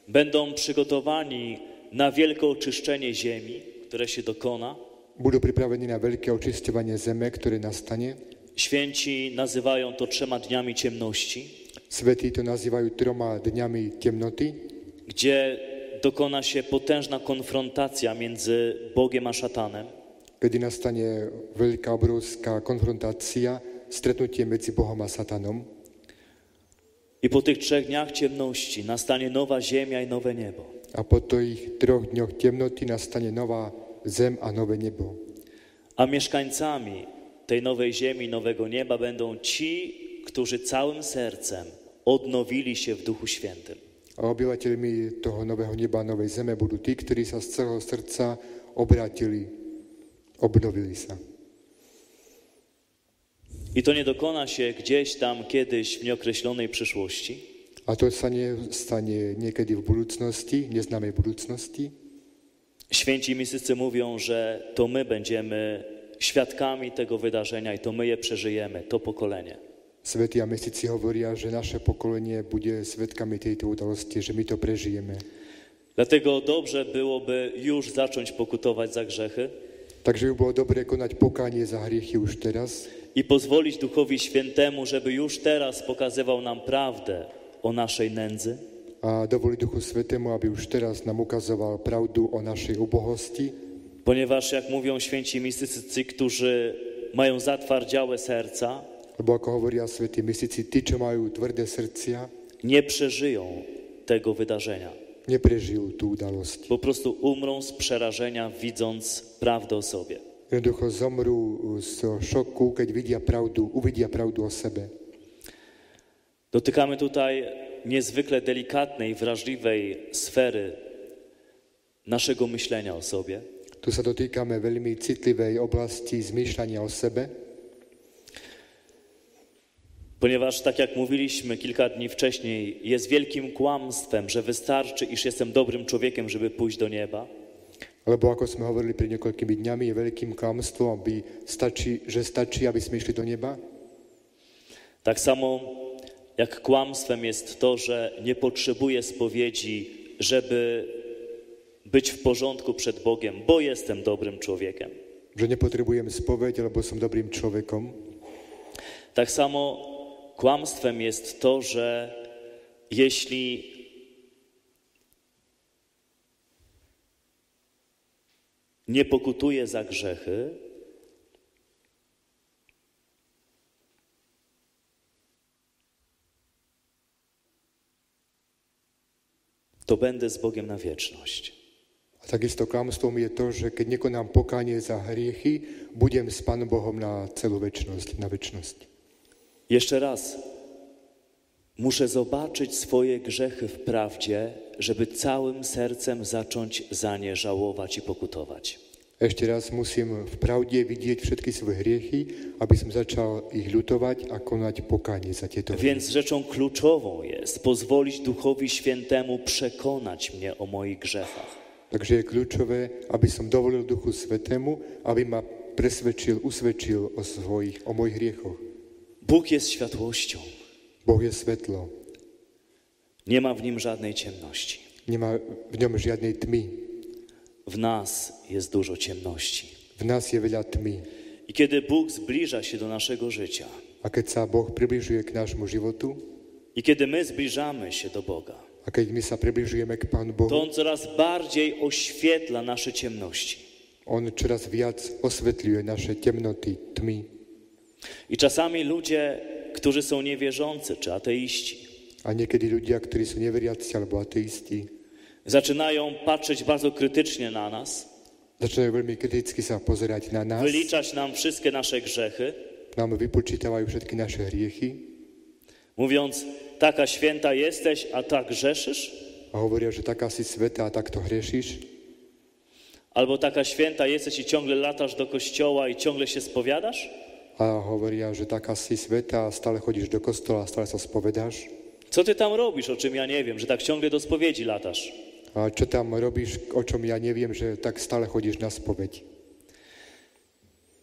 A: będą przygotowani na wielkie oczyszczenie ziemi, które się dokona.
B: budú pripravení na veľké očisťovanie zeme, ktoré nastane.
A: Święci nazywają to trzema dniami ciemności,
B: Svetí to nazývajú troma dňami temnoty,
A: gdzie dokona się potężna konfrontacja między Bogiem a szatanem.
B: kedy nastane veľká obrovská konfrontácia, stretnutie medzi Bohom a Satanom.
A: I po tych trzech dniach ciemności nastanie nowa ziemia i nowe niebo.
B: A po tých troch dňoch temnoty nastane nová zem a nové nebo.
A: A mieszkańcami tej nowej ziemi, nowego nieba będą ci, którzy całym sercem odnowili się w Duchu Świętym.
B: A obyvateľmi toho nového neba a novej zeme budú tí, ktorí sa z celého srdca obrátili, obnovili sa.
A: I to nie dokona się gdzieś tam kiedyś w nieokreślonej przyszłości,
B: A to sa nestane niekedy v budúcnosti, neznámej budúcnosti.
A: Święci mistycy mówią, że to my będziemy świadkami tego wydarzenia i to my je przeżyjemy, to pokolenie.
B: Svetí a mesici hovoria, že naše pokolenie bude svetkami tejto udalosti, že my to prežijeme.
A: Dlatego dobrze byłoby już zacząć pokutować za grzechy
B: Takže by bolo dobre konať pokánie za hriechy už teraz
A: i pozwolić Duchowi Świętemu, żeby już teraz pokazywał nam prawdę o naszej nędzy,
B: a dovoliť Duchu Svetému, aby už teraz nám ukazoval pravdu o našej ubohosti,
A: ponieważ jak mówią święci mistycy, ci, którzy mają zatwardziałe serca,
B: lebo ako hovoria svätí mystici, tí, čo majú tvrdé srdcia,
A: nie przeżyją tego wydarzenia.
B: neprežijú tú udalosť.
A: Po prostu umrą z przerażenia, widząc prawdę o sobie.
B: Jednoducho zomrú z šoku, keď vidia pravdu, uvidia pravdu o sebe.
A: Dotykamy tutaj niezwykle delikatnej, wrażliwej sfery naszego myślenia o sobie.
B: Tu sa dotýkame veľmi citlivej oblasti zmýšľania o sebe,
A: Ponieważ, tak jak mówiliśmy kilka dni wcześniej, jest wielkim kłamstwem, że wystarczy, iż jestem dobrym człowiekiem, żeby pójść do nieba.
B: lebo ako sme hovorili pred niekoľkými dňami, je veľkým klamstvom, aby stačí, že stačí, aby sme išli do neba.
A: Tak samo jak kłamstwem jest to, że nie potrzebuję spowiedzi, żeby być w porządku przed Bogiem, bo jestem dobrym człowiekiem.
B: Že nepotrebujem spoveď, lebo som dobrým človekom.
A: Tak samo kłamstwem jest to, że jeśli nie pokutuję za grzechy, to będę z Bogiem na wieczność.
B: A takisto klamstvom je to, že keď nekonám pokánie za hriechy, budem s Pánom Bohom na celú väčnosť, na väčnosť.
A: Jeszcze raz. Muszę zobaczyć swoje grzechy w prawdzie, żeby całym sercem zacząć za nie żałować i pokutować.
B: Ešte raz musím v pravde vidieť všetky svoje hriechy, aby som začal ich ľutovať a konať pokánie za tieto hriechy.
A: Więc rzeczą kluczową jest pozwolić Duchowi Świętemu przekonać mnie o moich grzechach.
B: Takže je kľúčové, aby som dovolil Duchu Svetému, aby ma presvedčil, usvedčil o svojich, o mojich hriechoch.
A: Bóg jest światłością,
B: Boh je svetlo,
A: nie ma w nim żadnej ciemności.
B: nemá v ňom žiadnej tmy.
A: W nas jest dużo ciemności.
B: V nás je veľa tmy.
A: I kiedy Bóg zbliża się do naszego życia,
B: A keď sa Boh približuje k nášmu životu
A: i kiedy my zbliżamy się do Boga,
B: a keď my sa približujeme k Pánu
A: to
B: Bohu,
A: On coraz bardziej oświetla nasze ciemności.
B: On čoraz viac osvetľuje naše temnoty, tmy.
A: I czasami ludzie, którzy są niewierzący czy ateiści,
B: A niekedy ľudia, ktorí sú neveriaci alebo ateisti,
A: zaczynają patrzeć bardzo krytycznie na nas,
B: začínajú veľmi kriticky sa pozerať na nás,
A: wyliczać nam wszystkie nasze grzechy,
B: nám vypočítavajú všetky naše hriechy
A: mówiąc: Taka święta jesteś, a tak grzeszysz?
B: a hovoria, že taká si sveta a takto hrešíš,
A: Albo taka święta jesteś i ciągle latasz do kościoła i ciągle się spowiadasz?
B: A hovoria, že taká si sveta, stále chodíš do kostola, stále sa spovedáš.
A: Co ty tam robisz, o czym ja nie wiem, że tak ciągle do spowiedzi latasz?
B: A čo tam robíš, o čom ja neviem, že tak stále chodíš na spoveď.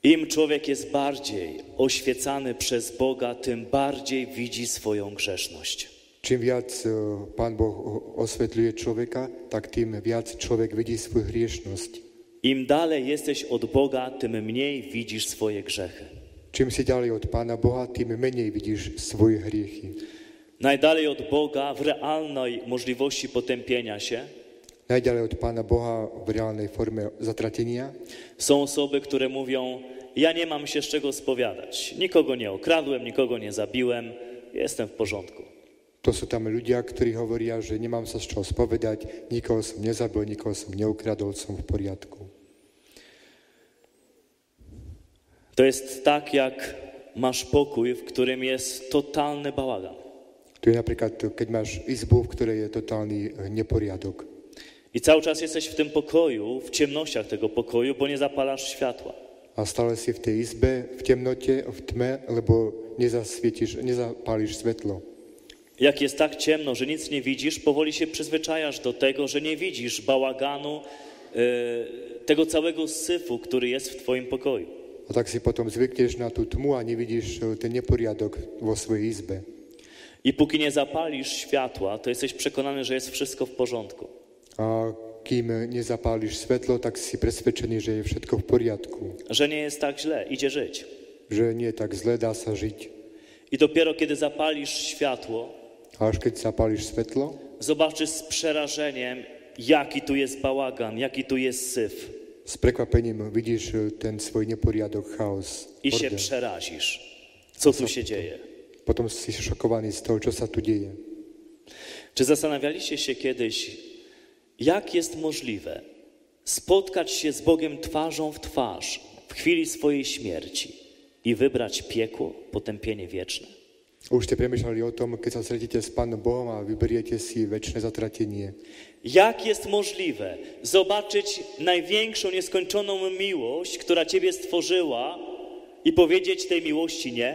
A: Im człowiek jest bardziej oświecany przez Boga, tym bardziej widzi swoją grzeszność.
B: Čím viac e, Pán Boh o- osvetľuje človeka, tak tým viac človek vidí svoju hriešnosť.
A: Im dalej jesteś od Boga, tym mniej widzisz swoje grzechy.
B: Čím si ďalej od Pána Boha, tým menej vidíš svoje hriechy.
A: Najdalej od Boga w realnej możliwości potępienia się
B: Najďalej od Pána Boha v reálnej forme zatratenia
A: są osoby, które mówią: Ja nie mam się z czego spowiadać. Nikogo nie okradłem, nikogo nie zabiłem, jestem w porządku.
B: To sú tam ľudia, ktorí hovoria, že nemám sa z čoho spovedať, nikoho som nezabil, nikoho som neukradol, som v poriadku.
A: To jest tak, jak masz pokój, w którym jest totalny bałagan.
B: To je napríklad, keď máš izbu, v ktorej je totálny eh, neporiadok.
A: I cały czas jesteś w tym pokoju, w ciemnościach tego pokoju, bo nie zapalasz światła.
B: A stále si v tej izbe, v temnote, v tme, lebo nezasvietiš, nezapáliš svetlo.
A: Jak jest tak ciemno, że nic nie widzisz, powoli się przyzwyczajasz do tego, że nie widzisz bałaganu, e, tego całego syfu, który jest w Twoim pokoju.
B: A tak si potom zvykneš na tú tmu a nevidíš eh, ten neporiadok vo svojej izbe.
A: I póki nie zapalisz światła, to jesteś przekonany, że jest wszystko w porządku.
B: A kým eh, nezapáliš svetlo, tak si presvedčený, že je všetko v poriadku.
A: Że nie jest tak źle, idzie żyć.
B: Že nie je tak zle, dá sa žiť.
A: I dopiero kiedy zapalisz światło,
B: A až keď zapáliš svetlo,
A: zobaczysz z przerażeniem, jaki tu jest bałagan, jaki tu jest syf.
B: S prekvapením vidíš e, ten svoj neporiadok, chaos.
A: I się
B: bordel.
A: przerazisz, co tu się dzieje.
B: Potom si šokovaný z toho, čo sa tu deje.
A: Czy zastanawialiście się kiedyś, jak jest możliwe spotkać się z Bogiem twarzą w twarz w chwili swojej śmierci i wybrać piekło, potępienie wieczne?
B: Už ste premyšľali o tom, keď sa stretnete s Pánom Bohom a vyberiete si väčšie zatratenie.
A: Jak jest możliwe zobaczyć największą, nieskończoną miłość, która Ciebie stworzyła i powiedzieć tej miłości nie?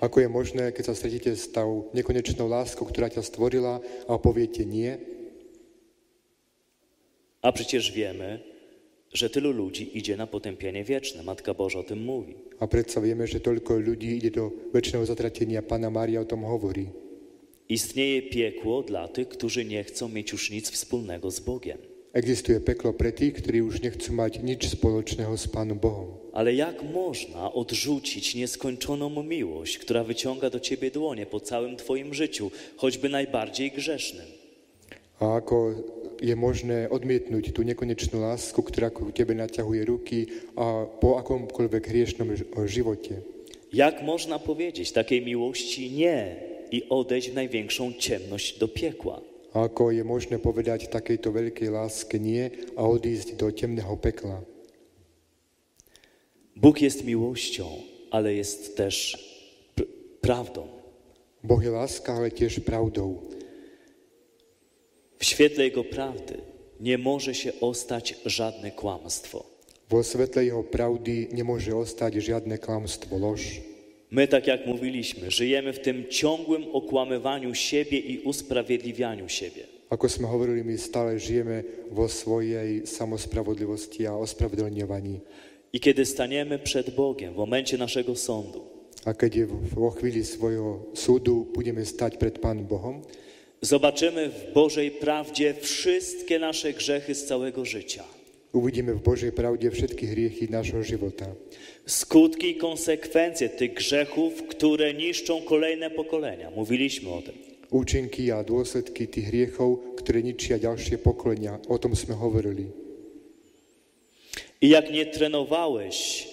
B: Ako je možné, keď sa stretnete s tou nekonečnou láskou, ktorá ťa stvorila a poviete nie?
A: A przecież wiemy, że tylu ludzi idzie na potępienie wieczne. Matka Boża o tym mówi.
B: A predsa vieme, že toľko ľudí ide do väčšného zatratenia. Pána Mária o tom hovorí.
A: Istnieje piekło dla tych, którzy nie chcą mieć już nic wspólnego z Bogiem.
B: Existuje peklo pre tých, ktorí už nechcú mať nič spoločného s Pánom Bohom.
A: Ale jak można odrzucić nieskończoną miłość, która wyciąga do ciebie dłonie po całym twoim życiu, choćby najbardziej grzesznym?
B: A ako je možné odmietnúť tú nekonečnú lásku, ktorá ku tebe naťahuje ruky a po akomkoľvek hriešnom ž- živote?
A: Jak można powiedzieć takiej miłości nie i odejść w największą ciemność do piekła?
B: A ako je možné povedať takejto veľkej láske nie a odísť do temného pekla?
A: Bóg jest miłością, ale jest też pr- prawdą.
B: Boh je láska, ale tiež pravdou.
A: W świetle Jego prawdy nie może się ostać żadne kłamstwo.
B: Vo svetle jeho pravdy nemôže ostať žiadne klamstvo, lož.
A: My, tak jak mówiliśmy, żyjemy w tym ciągłym okłamywaniu siebie i usprawiedliwianiu siebie.
B: Ako sme hovorili, my stále žijeme vo svojej samospravodlivosti a ospravedlňovaní.
A: I kiedy staniemy przed Bogiem w momencie naszego sądu,
B: A keď je v- vo chvíli svojho súdu budeme stať pred Pánom Bohom,
A: zobaczymy w Bożej prawdzie wszystkie nasze grzechy z całego życia.
B: Uvidíme v Božej pravde všetky hriechy nášho života.
A: Skutki i konsekwencje tych grzechów, które niszczą kolejne pokolenia. Mówiliśmy o tym.
B: Účinky a dôsledky tých hriechov, ktoré ničia ďalšie pokolenia. O tom sme hovorili.
A: I jak nie trenowałeś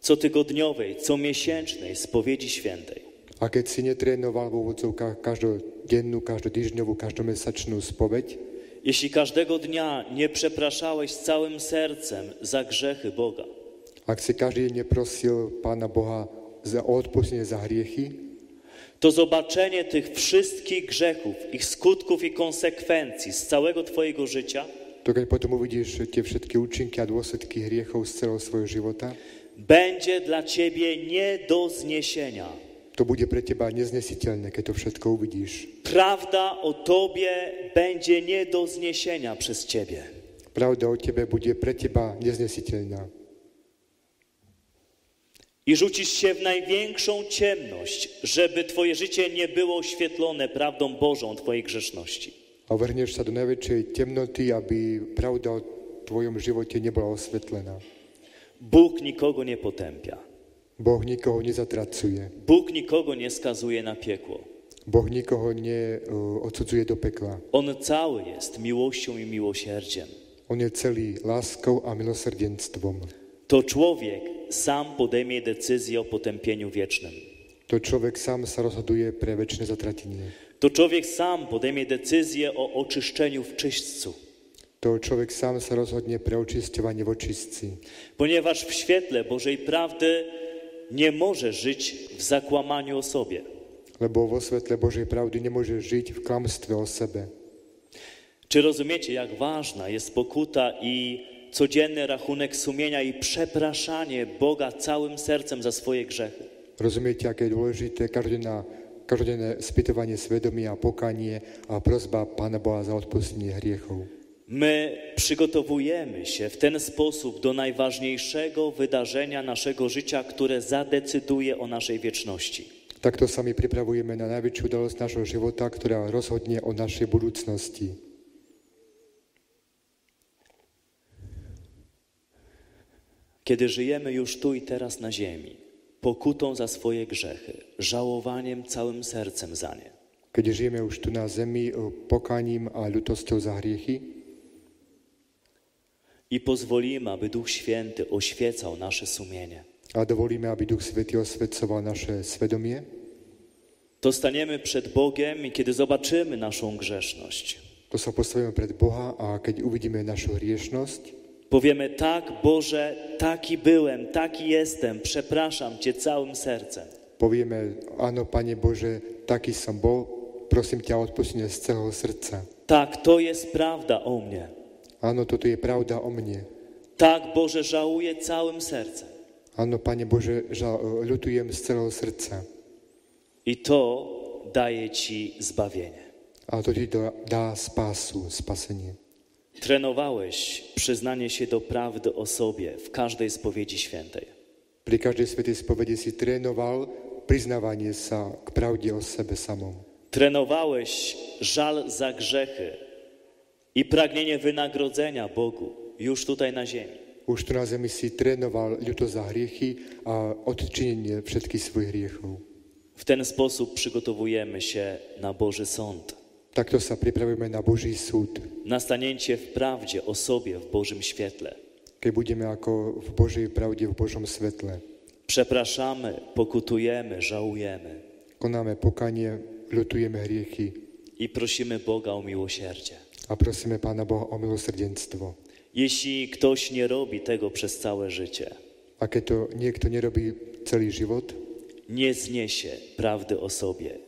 A: cotygodniowej, comiesięcznej spowiedzi świętej,
B: A keď si netrénoval vo vodzovkách každodennú, každodýždňovú, každomesačnú spoveď,
A: jeśli każdego dnia nie przepraszałeś całym sercem za grzechy Boga,
B: ak si každý deň neprosil Pána Boha za o odpustenie za hriechy,
A: to zobaczenie tych wszystkich grzechów, ich skutków i konsekwencji z całego Twojego życia
B: to keď potom uvidíš tie všetky účinky a dôsledky hriechov z celého svojho života,
A: będzie dla Ciebie nie do zniesienia.
B: to bude pre teba neznesiteľné, keď to všetko uvidíš.
A: Prawda o Tobie będzie nie do zniesienia przez Ciebie.
B: Pravda o tebe bude pre teba neznesiteľná.
A: I rzucisz się w największą ciemność, żeby Twoje życie nie było oświetlone prawdą Bożą Twojej grzeszności.
B: A vrhneš sa do najväčšej temnoty, aby pravda o tvojom živote nebola osvetlená.
A: Bóg nikogo nie potępia.
B: Boh nikoho nezatracuje.
A: Bóg nikogo nie skazuje na piekło.
B: Boh nikoho neodsudzuje do pekla.
A: On cały jest miłością i miłosierdziem.
B: On je celý láskou a milosrdenstvom.
A: To człowiek sam podejmie decyzję o potępieniu wiecznym.
B: To človek sám sa rozhoduje pre väčšie zatratenie.
A: To człowiek sam podejmie decyzję o oczyszczeniu w czyśćcu.
B: To človek sám sa rozhodne pre očisťovanie v očistci.
A: Ponieważ w świetle Bożej prawdy nie może żyć w zakłamaniu o sobie.
B: Lebo vo svetle Božej pravdy nemôže žiť v klamstve o sebe.
A: Czy rozumiecie, jak ważna jest pokuta i codzienny rachunek sumienia i przepraszanie Boga całym sercem za swoje grzechy?
B: Rozumiete, aké je dôležité každodenná, každodenné spytovanie svedomia, pokanie a prozba Pána Boha za odpustenie hriechov.
A: My przygotowujemy się w ten sposób do najważniejszego wydarzenia naszego życia, które zadecyduje o naszej wieczności.
B: Takto sa my pripravujeme na najväčšiu udalosť nášho života, ktorá rozhodne o našej budúcnosti.
A: Kiedy żyjemy już tu i teraz na ziemi, pokutą za swoje grzechy, żałowaniem całym sercem za nie,
B: Keď žijeme už tu na zemi e, pokaním a ľutosťou za hriechy
A: i pozwolimy, aby Duch Święty oświecał nasze sumienie,
B: a dovolíme, aby Duch Svetý osvedcoval naše svedomie,
A: to staniemy przed Bogiem i kiedy zobaczymy naszą grzeszność,
B: to sa postavíme pred Boha a keď uvidíme našu hriešnosť,
A: powiemy: Tak, Boże, taki byłem, taki jestem, przepraszam Cię całym sercem.
B: povieme, áno, Pane Bože, taký som bol, prosím ťa odpustenie z celého srdca.
A: Tak, to jest prawda o mnie.
B: Áno, toto je pravda o mne.
A: Tak, Boże, żałuję całym sercem.
B: Áno, Pane Bože, ža- e, ľutujem z celého srdca.
A: I to daje Ci zbawienie.
B: A to ti dá, dá spásu, spasenie.
A: Trenowałeś przyznanie się do prawdy o sobie w każdej spowiedzi świętej.
B: Pri každej svetej spovedi si trénoval priznávanie sa k pravde o sebe samom.
A: Trenowałeś żal za grzechy i pragnienie wynagrodzenia Bogu już tutaj na ziemi.
B: Už tu na zemi si trénoval ľuto za hriechy a odčinenie všetkých svojich hriechov.
A: W ten sposób przygotowujemy się na Boży Sąd,
B: Takto sa pripravujeme na Boží súd,
A: na stanięcie w prawdzie o sobie w Bożym świetle.
B: keď budeme ako v Božej pravde, v Božom svetle.
A: Przepraszamy, pokutujemy, żałujemy
B: Konáme pokanie, ľutujeme hriechy
A: i prosimy Boga o miłosierdzie.
B: a prosíme Pána Boha o milosrdenstvo.
A: Jeśli ktoś nie robi tego przez całe życie,
B: A keď to niekto nerobí celý život,
A: nie zniesie prawdy o sobie,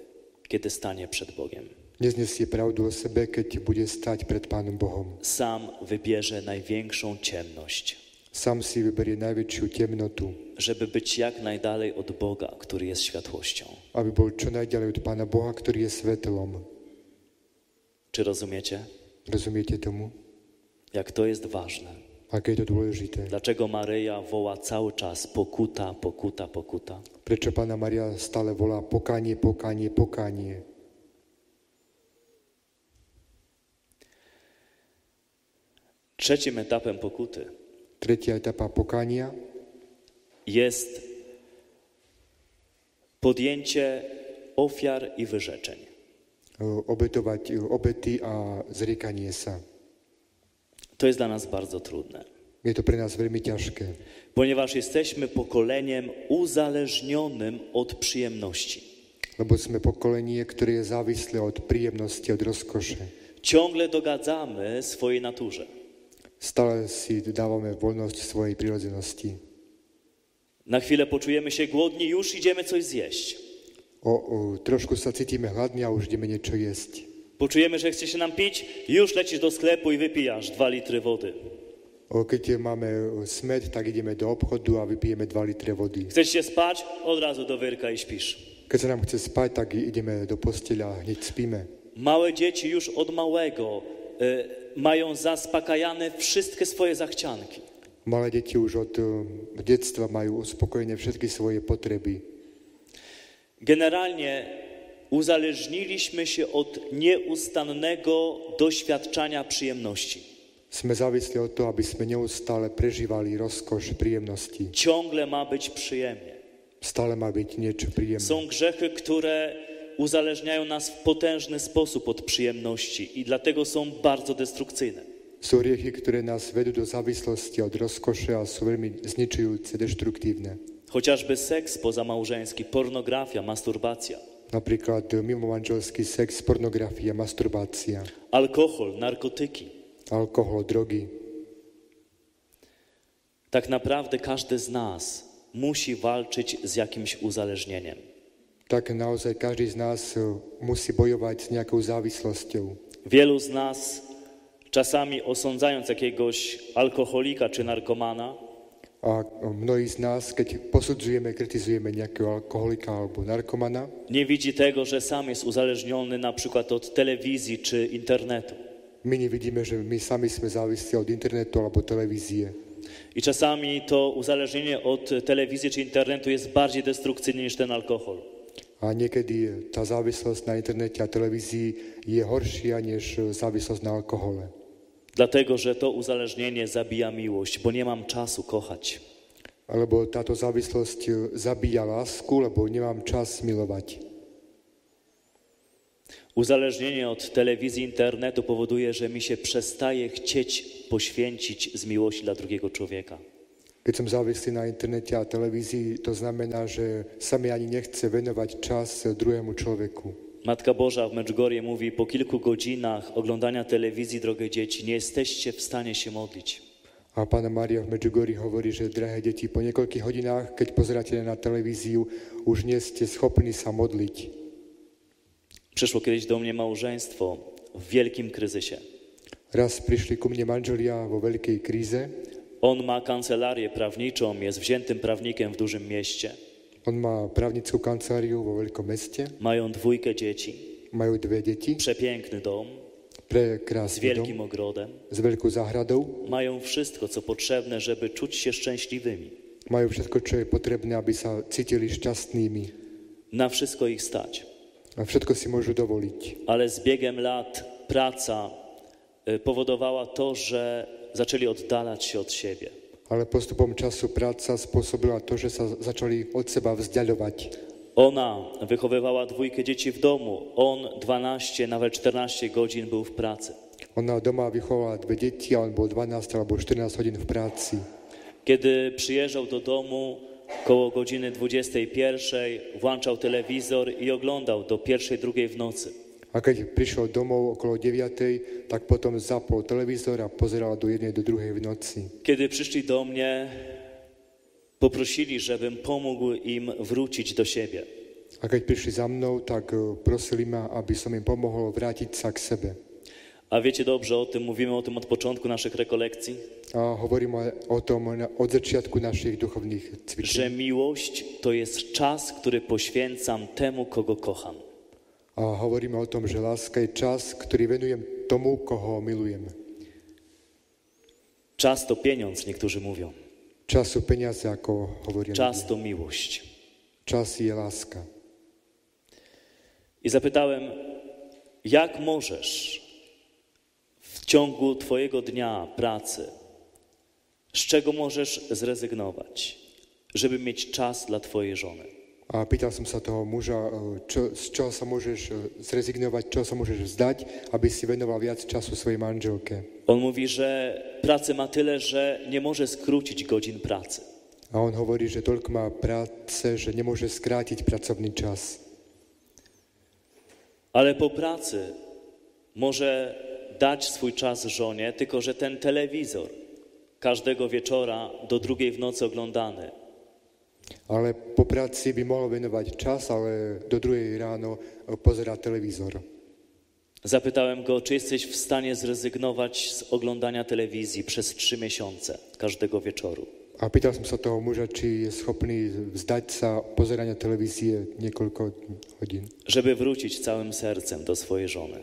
A: kiedy stanie przed Bogiem.
B: neznesie pravdu o sebe, keď bude stať pred Pánom Bohom.
A: Sam wybierze największą ciemność,
B: Sám si vyberie najväčšiu temnotu,
A: żeby być jak najdalej od Boga, który jest światłością.
B: aby bol čo najďalej od Pána Boha, ktorý je svetlom.
A: Czy rozumiecie,
B: Rozumiete tomu?
A: jak to jest ważne?
B: Aké je to dôležité?
A: Dlaczego Maryja woła cały czas pokuta, pokuta, pokuta?
B: Prečo Pána Maria stále volá pokanie, pokanie, pokanie?
A: Trzecim etapem pokuty
B: Tretia etapa e, pokania
A: jest podjęcie ofiar i wyrzeczeń.
B: e, obetovať e, obety a zriekanie sa.
A: To jest dla nas bardzo trudne.
B: Je to pre nás veľmi ťažké,
A: ponieważ jesteśmy pokoleniem uzależnionym od przyjemności.
B: lebo sme pokolenie, ktoré je závislé od príjemnosti, od rozkoše.
A: Ciągle dogadzamy swojej naturze.
B: Stále si dávame voľnosť svojej prírodzenosti.
A: Na chwilę poczujemy się głodni, już idziemy coś zjeść.
B: O, o, trošku sa cítime hladní a už ideme niečo jesť.
A: Poczujemy, że chce się nam pić, już lecisz do sklepu i wypijasz dwa litry wody.
B: O, keď máme e, smet, tak ideme do obchodu a vypijeme 2 litre vody.
A: Chcesz się spać, od razu do wyrka i śpisz.
B: Keď sa nám chce spať, tak ideme do postele a hneď spíme.
A: Małe dzieci już e, od małego y, mają zaspokajane wszystkie swoje zachcianki.
B: Malé deti už od eh, detstva majú uspokojené všetky svoje potreby.
A: Generalnie uzależniliśmy się od nieustannego doświadczania przyjemności.
B: Sme závisli od toho, aby sme neustále prežívali rozkoš príjemnosti.
A: Ciągle ma być przyjemnie.
B: Stále má byť niečo príjemné.
A: Są grzechy, które uzależniają nas w potężny sposób od przyjemności i dlatego są bardzo destrukcyjne.
B: Sú riechy, ktoré nás vedú do závislosti od rozkoše a sú veľmi zničujúce, deštruktívne.
A: Chociażby seks pozamałżeński, pornografia, masturbacja,
B: Napríklad eh, mimomanželský sex, pornografia, masturbácia,
A: alkohol, narkotyki.
B: alkohol, drogy.
A: Tak naprawdę każdy z nas musi walczyć z jakimś uzależnieniem.
B: Tak naozaj každý z nás eh, musí bojovať s nejakou závislosťou.
A: Wielu z nas czasami osądzając jakiegoś alkoholika czy narkomana,
B: A eh, mnohí z nás, keď posudzujeme, kritizujeme nejakého alkoholika alebo narkomana,
A: nie widzi tego, że sam jest uzależniony na przykład od telewizji czy internetu.
B: my nevidíme, že my sami sme závislí od internetu alebo televízie.
A: I czasami to uzależnienie od telewizji czy internetu jest bardziej destrukcyjne niż ten alkohol.
B: A niekedy tá závislosť na internete a televízii je horšia než e, závislosť na alkohole.
A: Dlatego, że to uzależnienie zabija miłość, bo nie mam czasu kochać.
B: Lebo táto závislosť eh, zabíja lásku, lebo nemám čas milovať.
A: Uzależnienie od telewizji, internetu powoduje, że mi się przestaje chcieć poświęcić z miłości dla drugiego człowieka.
B: Keď som závislý na internete a televízii, to znamená, že sa mi ani nechce venovať čas eh, druhému človeku.
A: Matka Boża w Medjugorje mówi, po kilku godzinach oglądania telewizji, drogie dzieci, nie jesteście w stanie się modlić.
B: A pána Mária v Medžugori hovorí, že drahé deti, po niekoľkých hodinách, keď pozeráte na televíziu, už nie ste schopní sa modliť.
A: Przyszło kiedyś do mnie małżeństwo w wielkim kryzysie.
B: Raz prišli ku mne manželia vo veľkej kríze.
A: On ma kancelarię prawniczą, jest wziętym prawnikiem w dużym mieście.
B: On má právnickú kanceláriu vo veľkom meste,
A: Mają dwójkę dzieci,
B: majú dve deti,
A: przepiękny dom z
B: prekrásny dom
A: wielkim ogrodem.
B: s veľkou záhradou.
A: Mają wszystko, co potrzebne, żeby czuć się szczęśliwymi.
B: Majú všetko, čo je potrebné, aby sa cítili šťastnými.
A: Na wszystko ich stać.
B: A všetko si môžu dovoliť.
A: Ale z biegiem lat praca y, powodowała to, że zaczęli oddalać się od siebie.
B: Ale postupom času práca spôsobila to, že sa začali od seba vzdialovať.
A: Ona wychowywała dwójkę dzieci w domu, on 12, nawet 14 godzin był w pracy.
B: Ona doma vychovala dve deti a on bol 12 alebo 14 hodín v práci.
A: Kiedy przyjeżdżał do domu koło godziny 21, włączał telewizor i oglądał do pierwszej, drugiej w nocy.
B: A keď prišiel domov okolo 9, tak potom zapol televízor a pozeral do jednej, do druhej v noci.
A: Kiedy przyszli do mnie, poprosili, żebym pomógł im wrócić do siebie.
B: A keď prišli za mnou, tak eh, prosili ma, aby som im pomohol vrátiť sa k sebe.
A: A wiecie dobrze o tym, mówimy o tym od początku naszych rekolekcji,
B: A hovorím o tom na- od začiatku našich duchovných
A: że
B: cvičení.
A: miłość to jest czas, który poświęcam temu, kogo kocham.
B: A hovoríme o tom, že láska je čas, ktorý venujem tomu, koho milujem.
A: Czas to pieniądz, niektórzy mówią.
B: Čas sú peniaze, ako hovoria.
A: Czas
B: ľudia.
A: to miłość.
B: Čas je láska.
A: I zapytałem, jak możesz w ciągu Twojego dnia pracy, z czego możesz zrezygnować, żeby mieć czas dla Twojej żony?
B: A pýtal som sa toho muža, eh, čo, z čoho sa môžeš eh, zrezignovať, čo sa môžeš vzdať, aby si venoval viac času svojej manželke.
A: On mówi, że pracy ma tyle, że nie może skrócić godzin pracy.
B: A on hovorí, že toľko má práce, že nemôže skrátiť pracovný čas.
A: Ale po pracy może dać swój czas żonie, tylko że ten telewizor każdego wieczora do drugiej w nocy oglądany
B: Ale po práci by mohol venovať čas, ale do druhej ráno eh, pozerá televízor.
A: Zapytałem go, czy jesteś w stanie zrezygnować z oglądania telewizji przez trzy miesiące każdego wieczoru.
B: A pýtal som sa toho muža, či je schopný vzdať sa pozerania televízie niekoľko hodín,
A: Żeby wrócić całym sercem do swojej żony.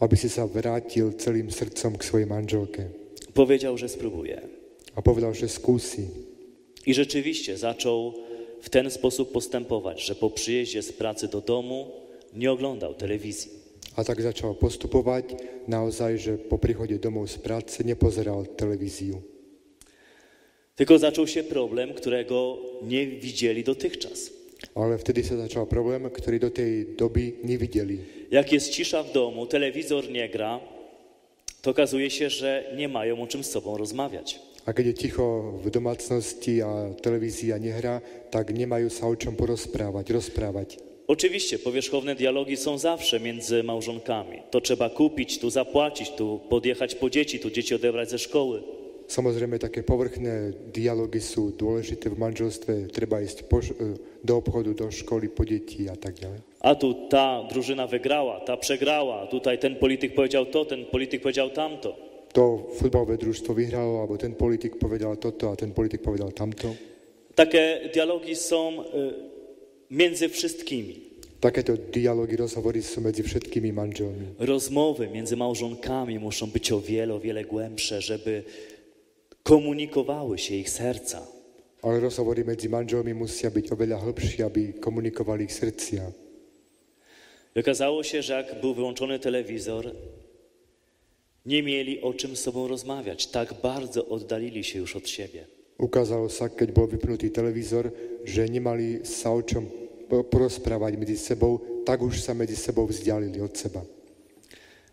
B: aby si sa vrátil celým srdcom k svojej manželke.
A: Powiedział, że spróbuje.
B: a povedal, že skúsi.
A: I rzeczywiście zaczął w ten sposób postępować, że po przyjeździe z pracy do domu nie oglądał telewizji.
B: A tak začal postupovať naozaj, že po príchode domov z práce nepozeral televíziu.
A: Tylko zaczął się problem, którego nie widzieli dotychczas.
B: Ale vtedy sa začal problém, ktorý do tej doby nevideli.
A: Jak jest cisza w domu, telewizor nie gra, to okazuje się, że nie mają o czym z sobą rozmawiać.
B: A keď je ticho v domácnosti a televízia nehrá, tak nemajú sa o čom porozprávať, rozprávať.
A: Oczywiście powierzchowne dialogi są zawsze między małżonkami. To trzeba kupić, tu zapłacić, tu podjechać po dzieci, tu dzieci odebrać ze szkoły.
B: Samozrejme, také povrchné dialógy sú dôležité v manželstve. Treba ísť po, š- e, do obchodu, do školy, po deti a tak ďalej.
A: A tu ta drużyna wygrała, ta przegrała, tutaj ten polityk powiedział to, ten polityk powiedział tamto.
B: To futbalové družstvo vyhralo, alebo ten politik povedal toto a ten politik povedal tamto.
A: Takie dialogi są y, między wszystkimi.
B: Takéto dialógy, rozhovory sú medzi všetkými manželmi.
A: Rozmowy między małżonkami muszą być o wiele, o wiele głębsze, żeby komunikowały się ich serca.
B: Ale rozhovory medzi manželmi musia byť oveľa hĺbšie, aby komunikovali ich srdcia.
A: I okazało się, że jak był wyłączony telewizor, nie mieli o czym z sobą rozmawiać. Tak bardzo oddalili się już od siebie.
B: Ukázalo sa, keď bol vypnutý televízor, že nemali sa o čom po- porozprávať medzi sebou, tak už sa medzi sebou vzdialili od seba.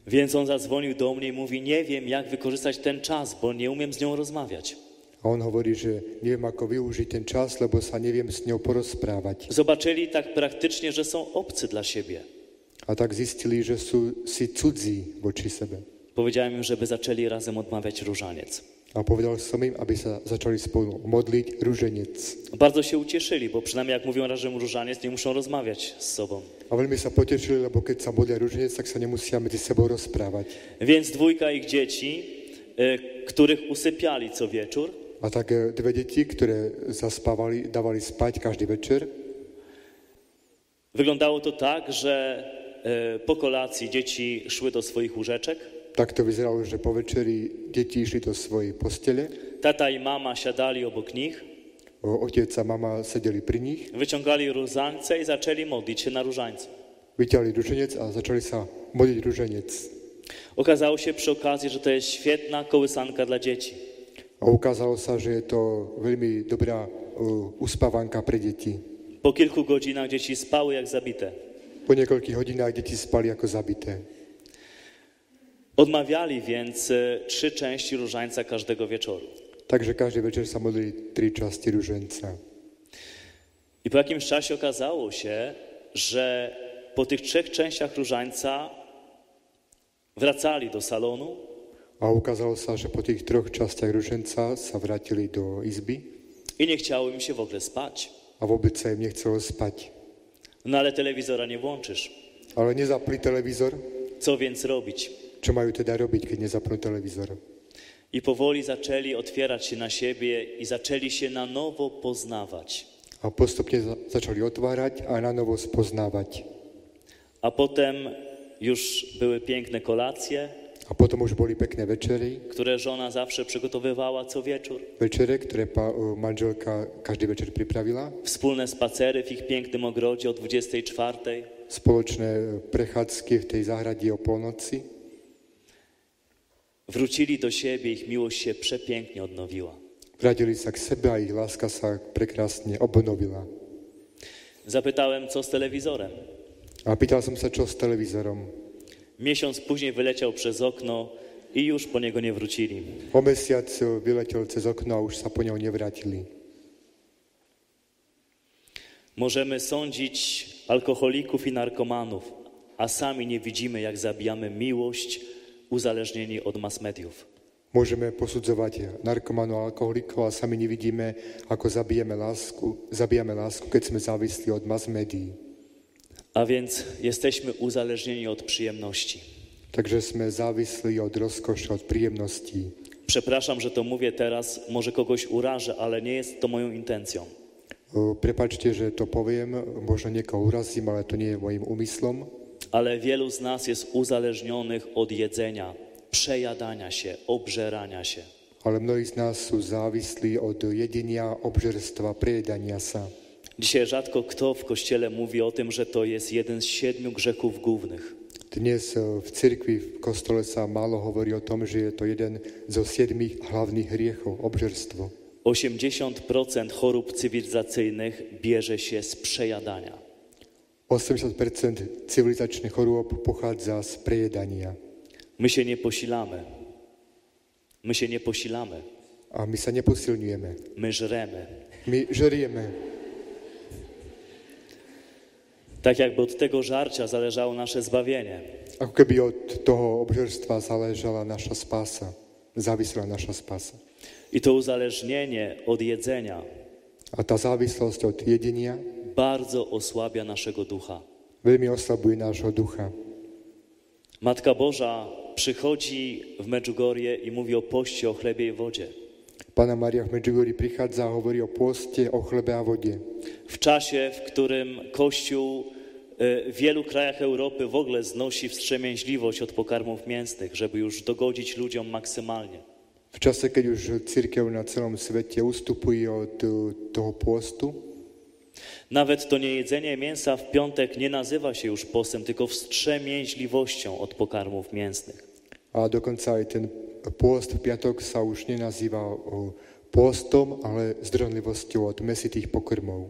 A: Więc on zadzwonił do mnie i mówi: Nie wiem, jak wykorzystać ten czas, bo nie umiem z nią rozmawiać.
B: A on hovorí, že neviem, ako využiť ten čas, lebo sa neviem s ňou porozprávať.
A: Zobaczyli tak praktycznie, że są obcy dla siebie.
B: A tak zistili, že sú si cudzí voči sebe.
A: Powiedziałem im, żeby zaczęli razem odmawiać różaniec.
B: A povedal som im, aby sa začali spolu modliť ruženec.
A: Bardzo się ucieszyli, bo przynajmniej jak mówią razem różaniec, nie muszą rozmawiać z sobą.
B: A veľmi sa potešili, lebo keď sa modlia ruženec, tak sa nemusia medzi sebou rozprávať.
A: Więc dwójka ich dzieci, y, których usypiali co wieczór,
B: A tak e, dve deti, ktoré zaspávali, dávali spať každý večer,
A: Wyglądało to tak, że e, po kolacji dzieci szły do swoich łóżeczek.
B: tak to vyzeralo, že po večeri deti išli do svojej postele,
A: Tata i mama siadali obok nich,
B: O, otec a mama sedeli pri nich,
A: wyciągali różańce i zaczęli modlić się na różańcu.
B: vyťali ruženec a začali sa modliť ruženec.
A: Okazało się przy okazji, że to jest świetna kołysanka dla dzieci.
B: A ukázalo sa, že je to veľmi dobrá uh, uspávanka pre deti.
A: Po kilku godzinach dzieci spały jak zabite.
B: Po niekoľkých hodinách deti spali ako zabité.
A: Odmawiali więc e, trzy części różańca każdego wieczoru.
B: Takže každý večer sa modlili tri časti ruženca.
A: I po jakimś czasie okazało się, że po tych trzech częściach różańca wracali do salonu
B: A ukázalo sa, že po tých troch častiach ruženca sa vrátili do izby
A: i nie chciało im się w ogóle spać.
B: a vôbec sa im nechcelo spať.
A: No ale telewizora nie włączysz.
B: Ale nezapli televízor.
A: Co więc robić?
B: Čo majú teda robiť, keď nezapnú televízor?
A: I powoli zaczęli otwierać się na siebie i zaczęli się na nowo poznawać.
B: A postupne za- začali otvárať a na novo spoznávať.
A: A potem już były piękne kolacje,
B: A potom už boli pekné večery,
A: które żona zawsze przygotowywała co wieczór.
B: večere, ktoré pa, e, manželka každý večer pripravila.
A: Wspólne spacery w ich pięknym ogrodzie o 24.
B: spoločné e, prechádzky v tej záhrade o polnoci.
A: Wrócili do siebie, ich miłość się przepięknie odnowiła.
B: Vrátili sa k sebe a ich láska sa prekrásne obnovila.
A: Zapytałem, co z telewizorem.
B: A pýtal som sa, čo s televízorom.
A: Miesiąc później wyleciał przez okno i już po niego nie wrócili.
B: O mesiac e, vyletel cez okno a už sa po ňou nevrátili.
A: Możemy sądzić alkoholików i narkomanów, a sami nie widzimy, jak zabijamy miłość uzależnieni od mass mediów.
B: Môžeme posudzovať narkomanov a alkoholikov a sami nevidíme, ako zabijeme lásku, zabijame lásku, keď sme závislí od mass médií.
A: A więc jesteśmy uzależnieni od przyjemności.
B: Takže sme závislí od rozkoše, od príjemností.
A: Przepraszam, że to mówię teraz, może kogoś urażę, ale nie jest to moją intencją.
B: O, Prepačte, že to poviem, možno niekoho urazím, ale to nie je môjim úmyslom.
A: Ale wielu z nas jest uzależnionych od jedzenia, przejadania się, obżerania się.
B: ale mnohí z nás sú závislí od jedenia, obžerstva, prejedania sa.
A: Dzisiaj rzadko kto w kościele mówi o tym, że to jest jeden z siedmiu grzechów głównych.
B: Dnes e, v cirkvi, v kostole sa málo hovorí o tom, že je to jeden zo siedmých hlavných hriechov, obžerstvo.
A: 80% chorób cywilizacyjnych bierze się z przejadania.
B: 80% civilizačných chorôb pochádza z prejedania.
A: My się nie posilamy. My się nie posilamy.
B: A my sa neposilňujeme.
A: My żremy.
B: My žerieme.
A: Tak jakby od tego żarcia zależało nasze zbawienie.
B: Ako keby od toho obžerstva záležala naša spása. Závisela naša spása.
A: I to uzależnienie od jedzenia
B: A tá závislosť od jedenia
A: bardzo osłabia naszego ducha.
B: veľmi oslabuje nášho ducha.
A: Matka Boża przychodzi w Medjugorje i mówi o poście, o chlebie i wodzie.
B: Pána Maria v Medžugorji prichádza a hovorí o pôste, o chlebe a vode.
A: W czasie, w którym Kościół e, w wielu krajach Europy w ogóle znosi wstrzemięźliwość od pokarmów mięsnych, żeby już dogodzić ludziom maksymalnie.
B: V čase, keď už církev na celom svete ustupuje od eh, toho pôstu,
A: Nawet to niejedzenie mięsa w piątek nie nazywa się już postem, tylko wstrzemięźliwością od pokarmów mięsnych.
B: a dokonca aj ten pôst v piatok sa už nenazýva eh, pôstom, ale zdronlivosťou od mesitých pokrmov.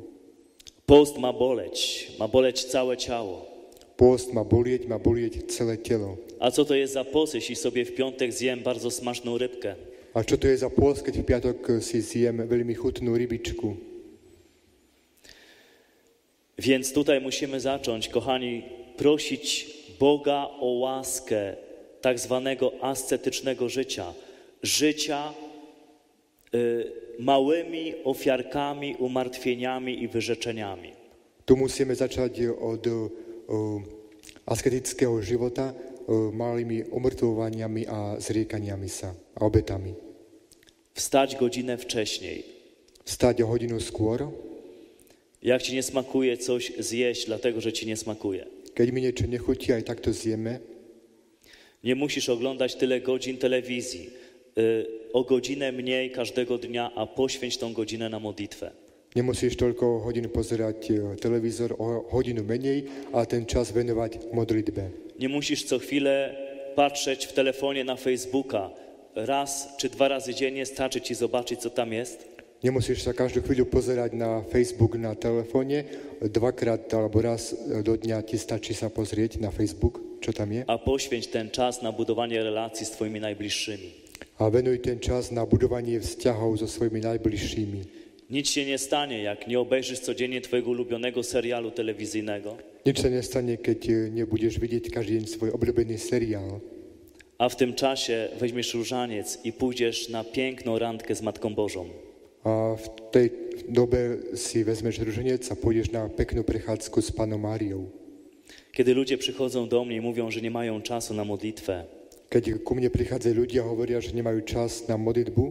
A: Post ma boleć, ma boleć całe ciało.
B: Pôst má bolieť, má bolieť celé telo.
A: A co to jest za post, jeśli sobie w piątek zjem bardzo smaczną rybkę?
B: A čo to je za pôst, keď v piatok eh, si zjem veľmi chutnú rybičku?
A: Więc tutaj musimy zacząć, kochani, prosić Boga o łaskę tak zwanego ascetycznego życia. Życia y, małymi ofiarkami, umartwieniami i wyrzeczeniami.
B: Tu musíme začať eh, od eh, asketického života eh, malými umrtvovaniami a zriekaniami sa a obetami.
A: Wstać godzinę wcześniej.
B: Stať o hodinu skôr,
A: Jak ci nie smakuje coś, zjeść, dlatego że ci nie smakuje.
B: Keď mi niečo nechutí, aj takto zjeme.
A: Nie musisz oglądać tyle godzin telewizji. Y, o godzinę mniej każdego dnia, a poświęć tą godzinę na modlitwę.
B: Nemusíš toľko hodín pozerať e, televízor, o hodinu menej a ten čas venovať modlitbe.
A: Nie musisz co chwilę patrzeć w telefonie na Facebooka. Raz czy dwa razy dziennie starczy ci zobaczyć, co tam jest.
B: Nemusíš sa každú chvíľu pozerať na Facebook na telefóne. Dvakrát alebo raz e, do dňa ti stačí sa pozrieť na Facebook, čo tam je.
A: A poświęć ten czas na budowanie relacji z Twoimi najbliższymi.
B: A venuj ten čas na budovanie vzťahov so svojimi najbližšími.
A: Nic się nie stanie, jak nie obejrzysz codziennie Twojego ulubionego serialu telewizyjnego,
B: Nič sa nestane, keď e, nebudeš vidieť každý deň svoj obľúbený seriál.
A: a w tym czasie weźmiesz różaniec i pójdziesz na piękną randkę z Matką Bożą.
B: A v tej dobe si vezmeš ruženec a pôjdeš na peknú prechádzku s Pánom Máriou.
A: Kiedy ludzie przychodzą do mnie i mówią, że nie mają czasu na modlitwę,
B: Keď ku mne prichádzajú ľudia a hovoria, že nemajú čas na modlitbu,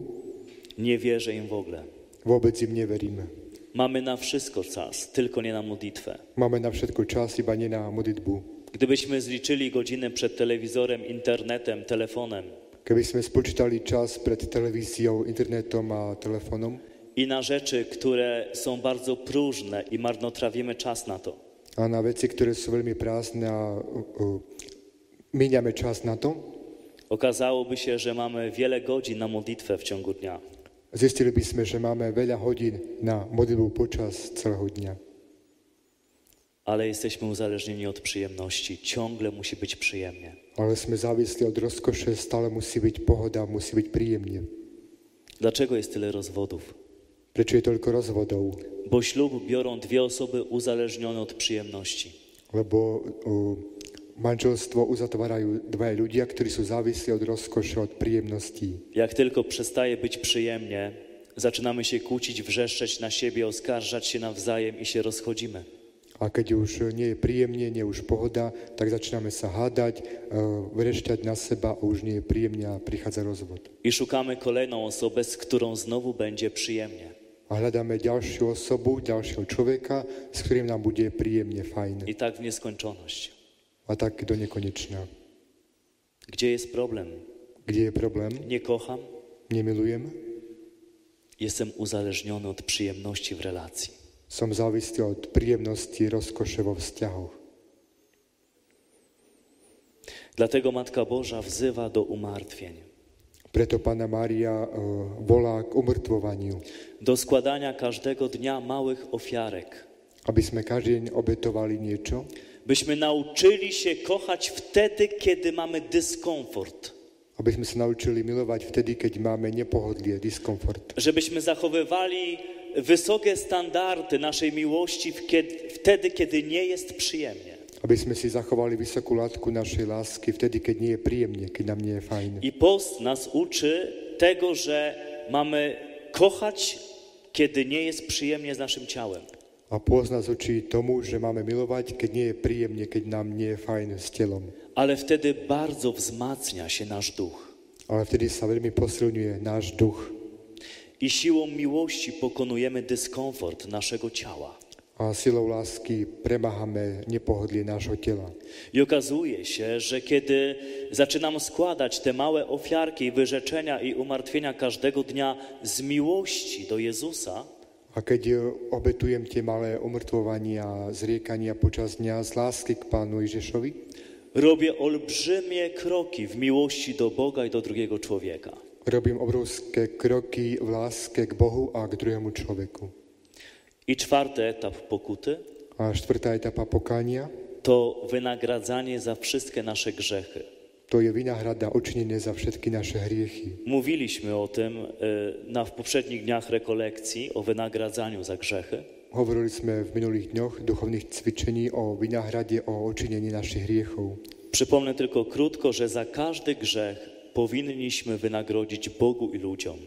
A: nie wierzę im w ogóle.
B: vôbec im neverím.
A: Mamy na wszystko czas, tylko nie na modlitwę.
B: Máme na všetko čas, iba nie na modlitbu.
A: Gdybyśmy zliczyli godziny przed telewizorem, internetem, telefonem
B: Keby sme spočítali čas pred televíziou, internetom a telefónom
A: i na rzeczy, które są bardzo próżne i marnotrawimy czas na to,
B: a na veci, ktoré sú veľmi prázdne a uh, uh, míňame čas na to,
A: okazałoby się, że mamy wiele godzin na modlitwę w ciągu dnia.
B: zistili by sme, že máme veľa hodín na modlitbu počas celého dňa.
A: Ale jesteśmy uzależnieni od przyjemności. Ciągle musi być przyjemnie.
B: Ale sme závislí od rozkoše, stále musí byť pohoda, musí byť príjemne.
A: Dlaczego jest tyle rozwodów?
B: Prečo je toľko rozvodov?
A: Bo ślub biorą dwie osoby uzależnione od przyjemności.
B: Lebo uh, manželstvo uzatvárajú dvaja ľudia, ktorí sú závislí od rozkoše, od príjemností.
A: Jak tylko przestaje być przyjemnie, zaczynamy się kłócić, wrzeszczeć na siebie, oskarżać się nawzajem i się rozchodzimy.
B: A keď už e, nie je príjemne, nie je už pohoda, tak začíname sa hádať, uh, vrešťať na seba a už nie je príjemne a prichádza rozvod.
A: I szukamy kolejną osobę, z którą znowu będzie przyjemnie.
B: A hľadáme ďalšiu osobu, ďalšieho človeka, s ktorým nám bude príjemne, fajn.
A: I tak w nieskończoność.
B: A tak do nekonečna.
A: Gdzie jest problem?
B: Kde je problém?
A: Nie kocham,
B: Nemilujem.
A: Jestem uzależniony od przyjemności w relacji.
B: Som závislý od príjemnosti rozkoše vo vzťahoch.
A: Dlatego Matka Boża wzywa do umartwień,
B: Preto Pána Mária eh, volá k umrtvovaniu,
A: do składania każdego dnia małych ofiarek,
B: aby sme každý deň obetovali niečo,
A: byśmy nauczyli się kochać wtedy, kiedy mamy dyskomfort,
B: aby sme sa naučili milovať vtedy, keď máme nepohodlie, diskomfort.
A: żebyśmy zachowywali wysokie standardy naszej miłości w kie- wtedy, kiedy nie jest przyjemnie.
B: Aby sme si zachovali vysokú látku našej lásky vtedy, keď nie je príjemne, keď nám nie je fajn.
A: I post nas uczy tego, że mamy kochać, kiedy nie jest przyjemnie z naszym ciałem.
B: A pôst nás učí tomu, že máme milovať, keď nie je príjemne, keď nám nie je fajn s telom.
A: Ale wtedy bardzo wzmacnia się nasz duch
B: Ale vtedy sa veľmi posilňuje náš duch.
A: i siłą miłości pokonujemy dyskomfort naszego ciała.
B: A silou lásky premáhame nepohodlie nášho tela.
A: I okazuje się, że kiedy zaczynam składać te małe ofiarki, wyrzeczenia i umartwienia każdego dnia z miłości do Jezusa,
B: A keď e, obetujem tie malé umrtvovania, zriekania počas dňa z lásky k Pánu Ježišovi,
A: robię olbrzymie kroki w miłości do Boga i do drugiego człowieka.
B: robím obrovské kroky v láske k Bohu a k druhému človeku.
A: I czwarty etap pokuty
B: A štvrtá etapa pokania,
A: to wynagradzanie za wszystkie nasze grzechy.
B: to je vynáhrada očinenie za všetky naše hriechy.
A: Mówiliśmy o tym y, na, w poprzednich dniach rekolekcji, o wynagradzaniu za grzechy.
B: Hovorili sme v minulých dňoch duchovných cvičení o vynáhrade, o očinení našich hriechov.
A: Przypomnę tylko krótko, że za każdy grzech powinniśmy wynagrodzić Bogu i ludziom.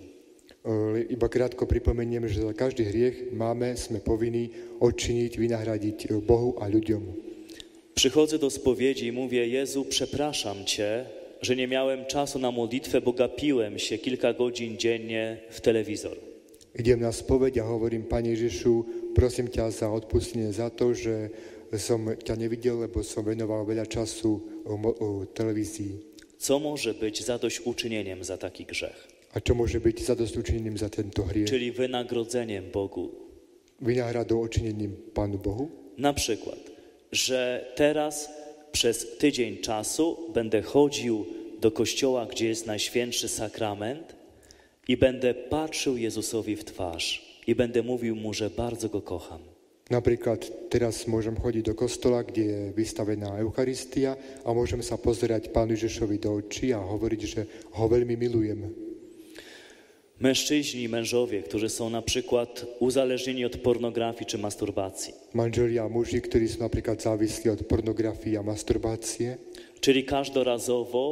B: E, Iba krátko pripomeniem, že za každý hriech máme, sme povinní odčiniť, vynahradiť e, Bohu a ľuďom.
A: Przychodzę do spowiedzi i mówię: Jezu, przepraszam Cię, że nie miałem czasu na modlitwę, bo gapiłem się kilka godzin dziennie w telewizor.
B: Idem na spoveď a hovorím, Pane Ježišu, prosím ťa za odpustenie za to, že som ťa nevidel, lebo som venoval veľa času o, mo- o televízii.
A: Co może być zadośćuczynieniem za taki grzech?
B: A čo môže byť zadostúčením za tento hriech?
A: Czyli wynagrodzeniem Bogu
B: Vynahradou očinením Pánu Bohu?
A: Na przykład, że teraz przez tydzień czasu będę chodził do kościoła, gdzie jest najświętszy sakrament i będę patrzył Jezusowi w twarz i będę mówił mu, że bardzo go kocham.
B: Napríklad teraz môžem chodiť do kostola, kde je vystavená Eucharistia a môžem sa pozerať Pánu Ježišovi do očí a hovoriť, že ho veľmi milujem.
A: Mężczyźni i mężowie, którzy są na przykład uzależnieni od pornografii czy masturbacji,
B: Manželia a muži, ktorí sú napríklad závislí od pornografie a masturbácie,
A: czyli każdorazowo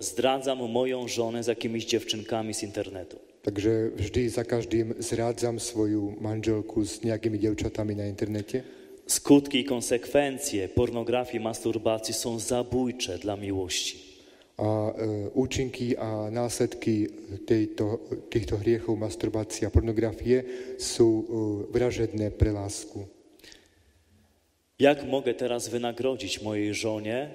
A: zdradzam moją żonę z jakimiś dziewczynkami z internetu.
B: takže vždy za každým zrádzam svoju manželku s nejakými devčatami na internete.
A: Skutki i konsekwencje pornografii i masturbacji są zabójcze dla miłości.
B: A e, účinky a následky tejto, týchto hriechov masturbácie a pornografie sú e, vražedné pre lásku.
A: Jak mogę teraz wynagrodzić mojej żonie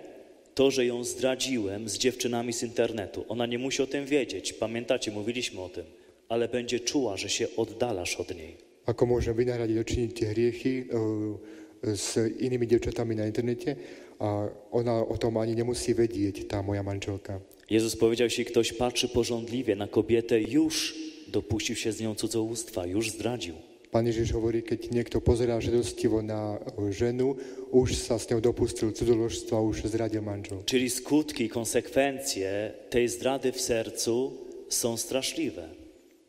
A: to, że ją zdradziłem z dziewczynami z internetu? Ona nie musi o tym wiedzieć. Pamiętacie, mówiliśmy o tym, ale będzie czuła, że się oddalasz od niej.
B: Ako môžem vynahradiť očiniť tie hriechy e, s inými devčatami na internete a ona o tom ani nemusí vedieť, tá moja manželka.
A: Jezus powiedział, jeśli ktoś patrzy pożądliwie na kobietę, już dopuścił się z nią cudzołóstwa, już zdradził.
B: Pán Ježiš hovorí, keď niekto pozerá žedostivo na e, ženu, už sa s ňou dopustil cudzoložstva, už zradil manžel.
A: Czyli skutki i konsekwencje tej zdrady w sercu są straszliwe.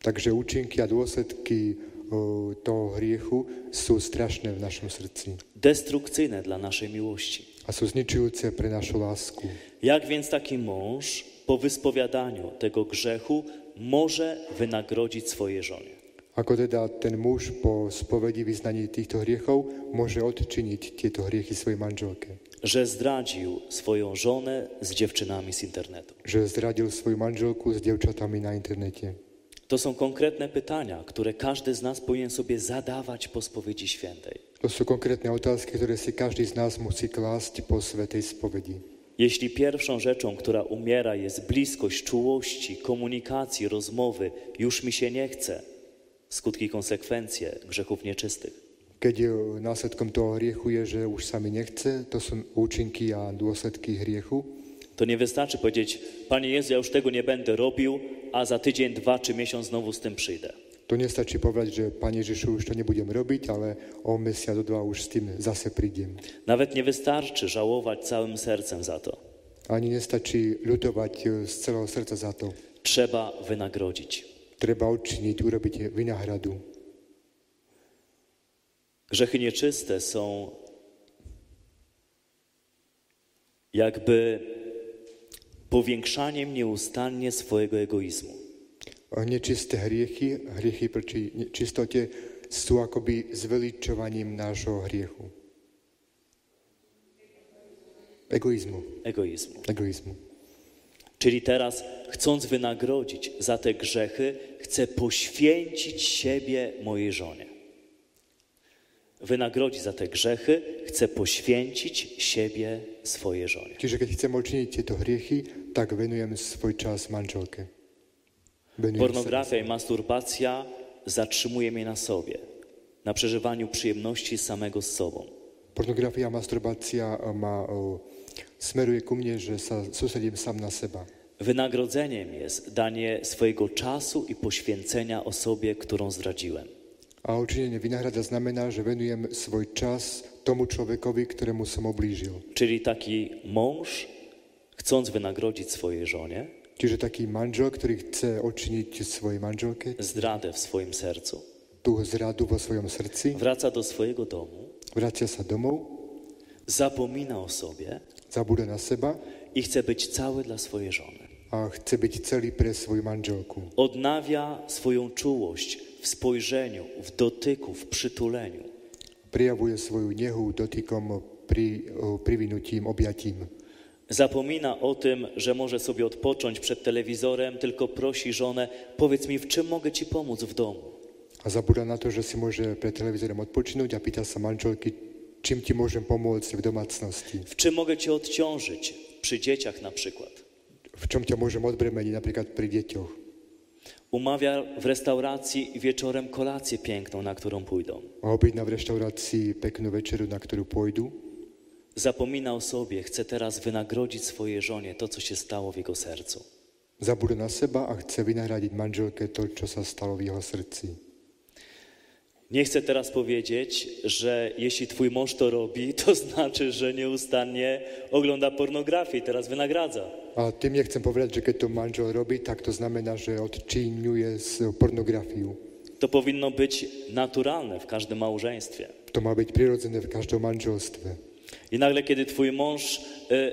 B: Takže účinky a dôsledky e, toho hriechu sú strašné v našom srdci
A: Destrukcyjne dla naszej miłości.
B: a sú zničujúce pre našu lásku.
A: Jak więc taki mąż po wyspowiadaniu tego grzechu może wynagrodzić swojej żonie?
B: Ako teda ten muž po spovedi vyznaní týchto hriechov môže odčiniť tieto hriechy svojej manželke?
A: Że zdradził swoją żonę z dziewczynami z internetu.
B: že zradil svoju manželku s devčatami na internete.
A: To są konkretne pytania, które każdy z nas powinien sobie zadawać po spowiedzi świętej.
B: To sú konkrétne otázky, ktoré si každý z nás musí klásť po svetej spovedi.
A: Jeśli pierwszą rzeczą, która umiera, jest bliskość, czułości, komunikacji, rozmowy, już mi się nie chce, skutki i konsekwencje grzechów nieczystych.
B: Keď e, následkom toho hriechu je, že už sa mi nechce, to sú účinky a dôsledky hriechu.
A: To nie wystarczy powiedzieć, Panie Jezu, ja już tego nie będę robił, a za tydzień, dwa czy miesiąc znowu z tym przyjdę.
B: To nestačí povedať, že Pane Ježišu, už to nebudem robiť, ale o mesiac, o dva už s tým zase prídem.
A: Nawet nie wystarczy żałować całym sercem za to.
B: Ani nestačí ľutovať e, z celého srdca za to.
A: Trzeba wynagrodzić.
B: Treba odčiniť, urobiť vynahradu.
A: Grzechy nieczyste są jakby powiększaniem nieustannie swojego egoizmu.
B: Nečisté hriechy, hriechy proti čistote sú akoby zveličovaním nášho hriechu. Egoizmu.
A: Egoizmu.
B: Egoizmu.
A: Czyli teraz, chcąc wynagrodzić za te grzechy, chcę poświęcić siebie mojej żonie. Wynagrodzić za te grzechy, chcę poświęcić siebie swojej żonie.
B: Čiže keď chcem odčiniť tieto hriechy, tak venujem svoj čas manželke. Venujem sa-
A: Pornografia i masturbacja zatrzymuje mnie na sobie, na przeżywaniu przyjemności samego z sobą.
B: Pornografia a masturbácia ma, o, smeruje ku mne, že sa sústredím sám na seba.
A: Wynagrodzeniem jest danie swojego czasu i poświęcenia osobie, którą zdradziłem.
B: A odčinenie vynahrada znamená, že venujem svoj čas tomu človekovi, ktorému som oblížil.
A: Czyli taki mąż, chcąc wynagrodzić swojej żonie,
B: Čiže taký manžel, ktorý chce odčiniť svojej manželke
A: zdradę w swoim sercu,
B: tú zradu vo svojom srdci,
A: wraca do swojego domu,
B: vracia sa domov,
A: zapomina o sobie
B: zabúda na seba
A: i chce być cały dla swojej żony.
B: a chce byť celý pre svoju manželku.
A: Odnawia swoją czułość w spojrzeniu, w dotyku, w przytuleniu.
B: Prijavuje svoju nehu dotykom, pri, o, privinutím, objatím.
A: Zapomina o tym, że może sobie odpocząć przed telewizorem, tylko prosi żonę: Powiedz mi, w czym mogę ci pomóc w domu?
B: A zabúda na to, že si môže pred televízorom odpočinúť a pýta sa manželky, čím ti môžem pomôcť v domácnosti.
A: W czym mogę cię odciążyć? Przy dzieciach na przykład.
B: V čom ťa môžem odbremeniť napríklad pri deťoch.
A: Umawia w restauracji wieczorem kolację piękną, na którą pójdą.
B: A objedná v reštaurácii peknú večeru, na ktorú pôjdu.
A: Zapomina o sobie, chce teraz wynagrodzić swojej żonie to, co się stało w jego sercu.
B: Zabúda na seba a chce vynahradiť manželke to, čo sa stalo v jeho srdci.
A: Nie chcę teraz powiedzieć, że jeśli twój mąż to robi, to znaczy, że nieustannie ogląda pornografię i teraz wynagradza.
B: A tým nechcem povedať, že keď to manžel robí, tak to znamená, že odčíňuje s pornografiu.
A: To powinno być naturalne w każdym małżeństwie.
B: To má byť prirodzené v každom manželstve.
A: I nagle, kiedy twój mąż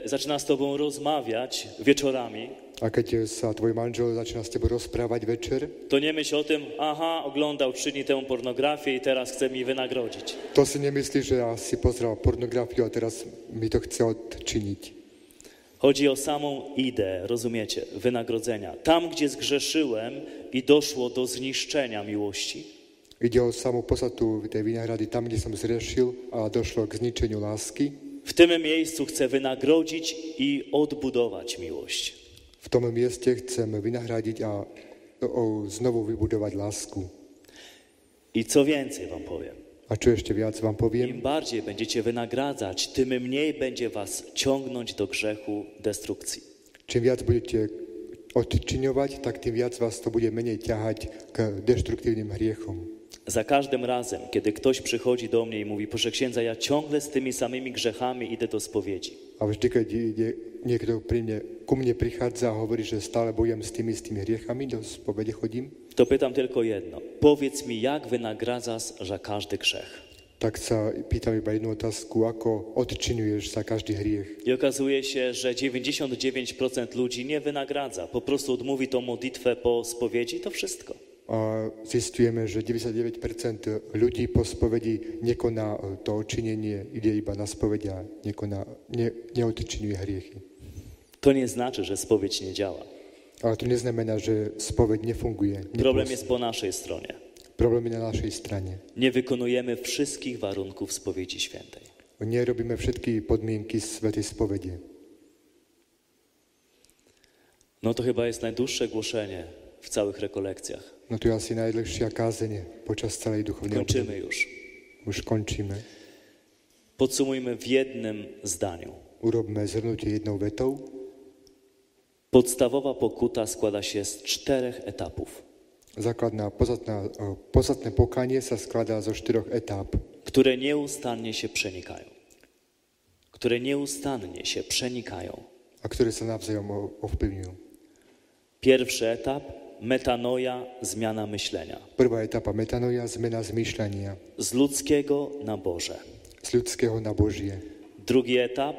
A: y, zaczyna z tobą rozmawiać wieczorami,
B: A keď sa tvoj manžel začína s tebou rozprávať večer,
A: to nie myśl o tym, aha, oglądał trzy dni temu pornografię i teraz chce mi wynagrodzić.
B: to si nemyslí, že ja si pozrel pornografiu a teraz mi to chce odčiniť.
A: Chodzi o samą ideę, rozumiecie, wynagrodzenia. Tam, gdzie zgrzeszyłem i doszło do zniszczenia miłości,
B: Ide o samú podstatu tej vynahrady tam, kde som zrešil a došlo k zničeniu lásky.
A: w tym miejscu chcę wynagrodzić i odbudować miłość.
B: V tom mieste chcem vynahradiť a o, znovu vybudovať lásku.
A: I co więcej wam powiem,
B: A čo ešte viac vám poviem,
A: im bardziej będziecie wynagradzać, tym mniej będzie was ciągnąć do grzechu destrukcji.
B: čím viac budete odčiňovať, tak tým viac vás to bude menej ťahať k deštruktívnym hriechom.
A: Za każdym razem, kiedy ktoś przychodzi do mnie i mówi, proszę księdza, ja ciągle z tymi samymi grzechami idę do spowiedzi.
B: A vždy, keď ide, niekto pri mne, ku mne prichádza a hovorí, že stále bojujem s tými, s tými hriechami, do spovede chodím,
A: To pytam tylko jedno. Powiedz mi, jak wynagradzasz za każdy grzech?
B: tak sa pýtam iba jednu otázku, ako odčiňuješ za každý hriech.
A: I okazuje się, że 99% ludzi nie wynagradza. Po prostu odmówi tą modlitwę po spowiedzi, to wszystko.
B: A zistujeme, že 99% ľudí po spovedi nekoná to odčinenie, ide iba na spoveď a nekoná, ne, neodčinuje hriechy.
A: To nie znaczy, że spowiedź nie działa.
B: Ale to neznamená, že spoveď nefunguje.
A: Problem
B: Nepos-
A: jest po naszej stronie.
B: Problém je na našej strane.
A: Nie wykonujemy wszystkich warunków spowiedzi świętej.
B: Nerobíme všetky podmienky Svetej spovede.
A: No to chyba jest najdłuższe głoszenie w całych rekolekcjach.
B: No to je asi najdlhšia kázeň počas celej duchovnej obnovy.
A: Kończymy już.
B: Už končíme.
A: Podsumujmy w jednym zdaniu.
B: Urobme zhrnutie jednou vetou.
A: Podstawowa pokuta składa się z czterech etapów,
B: Základná podstatná, o, podstatné pokanie sa skladá zo štyroch etáp,
A: które nieustannie się przenikają. Które nieustannie się przenikają.
B: a ktoré sa navzájom o- ovplyvňujú.
A: Pierwszy etap metanoja, zmiana myślenia.
B: Prvá etapa metanoja, zmena zmýšľania
A: Z ludzkiego na Boże.
B: z ľudského na Božie.
A: Drugi etap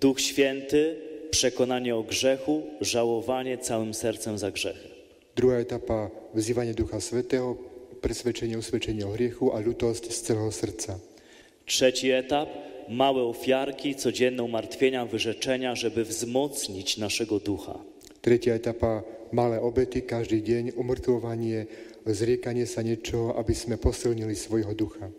A: Duch Święty, przekonanie o grzechu, żałowanie całym sercem za grzechy.
B: Druhá etapa vzývanie Ducha Svetého, presvedčenie, usvedčenie o hriechu a ľutosť z celého srdca.
A: Trzeci etap małe ofiarki, codzienne umartwienia, wyrzeczenia, żeby wzmocnić naszego ducha.
B: Tretia etapa malé obety, každý deň umrtvovanie, zriekanie sa niečoho, aby sme posilnili svojho ducha.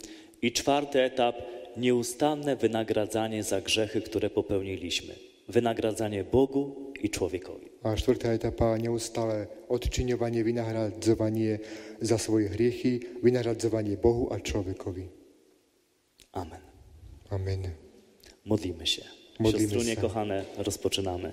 A: I czwarty etap nieustanne wynagradzanie za grzechy, które popełniliśmy. Wynagradzanie Bogu i człowiekowi.
B: A štvrtá etapa neustále odčiňovanie, vynahradzovanie za svoje hriechy, vynahradzovanie Bohu a človekovi.
A: Amen.
B: Amen.
A: Modlimy się.
B: Modlimy
A: Siostrunie
B: się.
A: kochane, rozpoczynamy.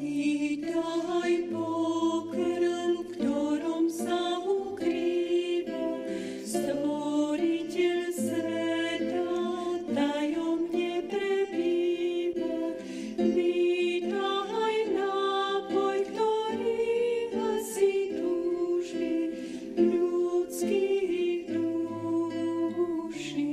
C: Vítaj pokrm, v ktorom sa ukrýva Stvoriteľ sveta, tajomne prebýva. Vítaj nápoj, ktorý asi duši ľudských duší.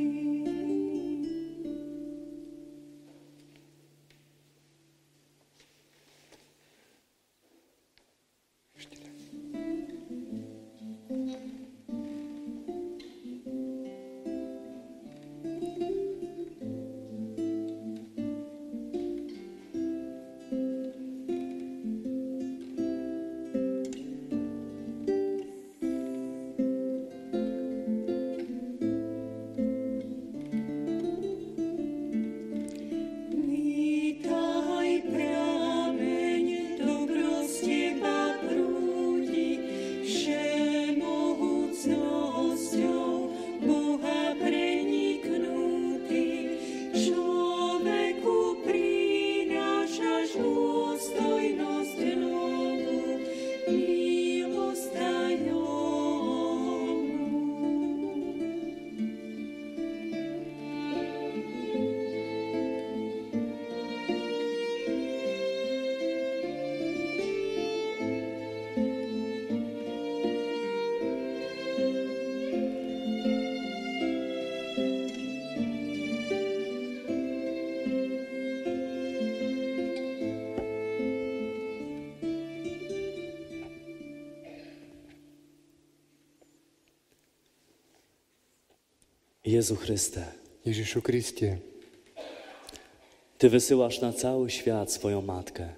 C: Witaj pramień, dobro z Cieba prudzi, Wszechmogutnością Boga preniknuty. Człowieku przynašaš dostojność nową, miłość tajomną.
A: Jezu Chryste,
B: Ježišu Kriste,
A: Ty wysyłasz na cały świat swoją matkę,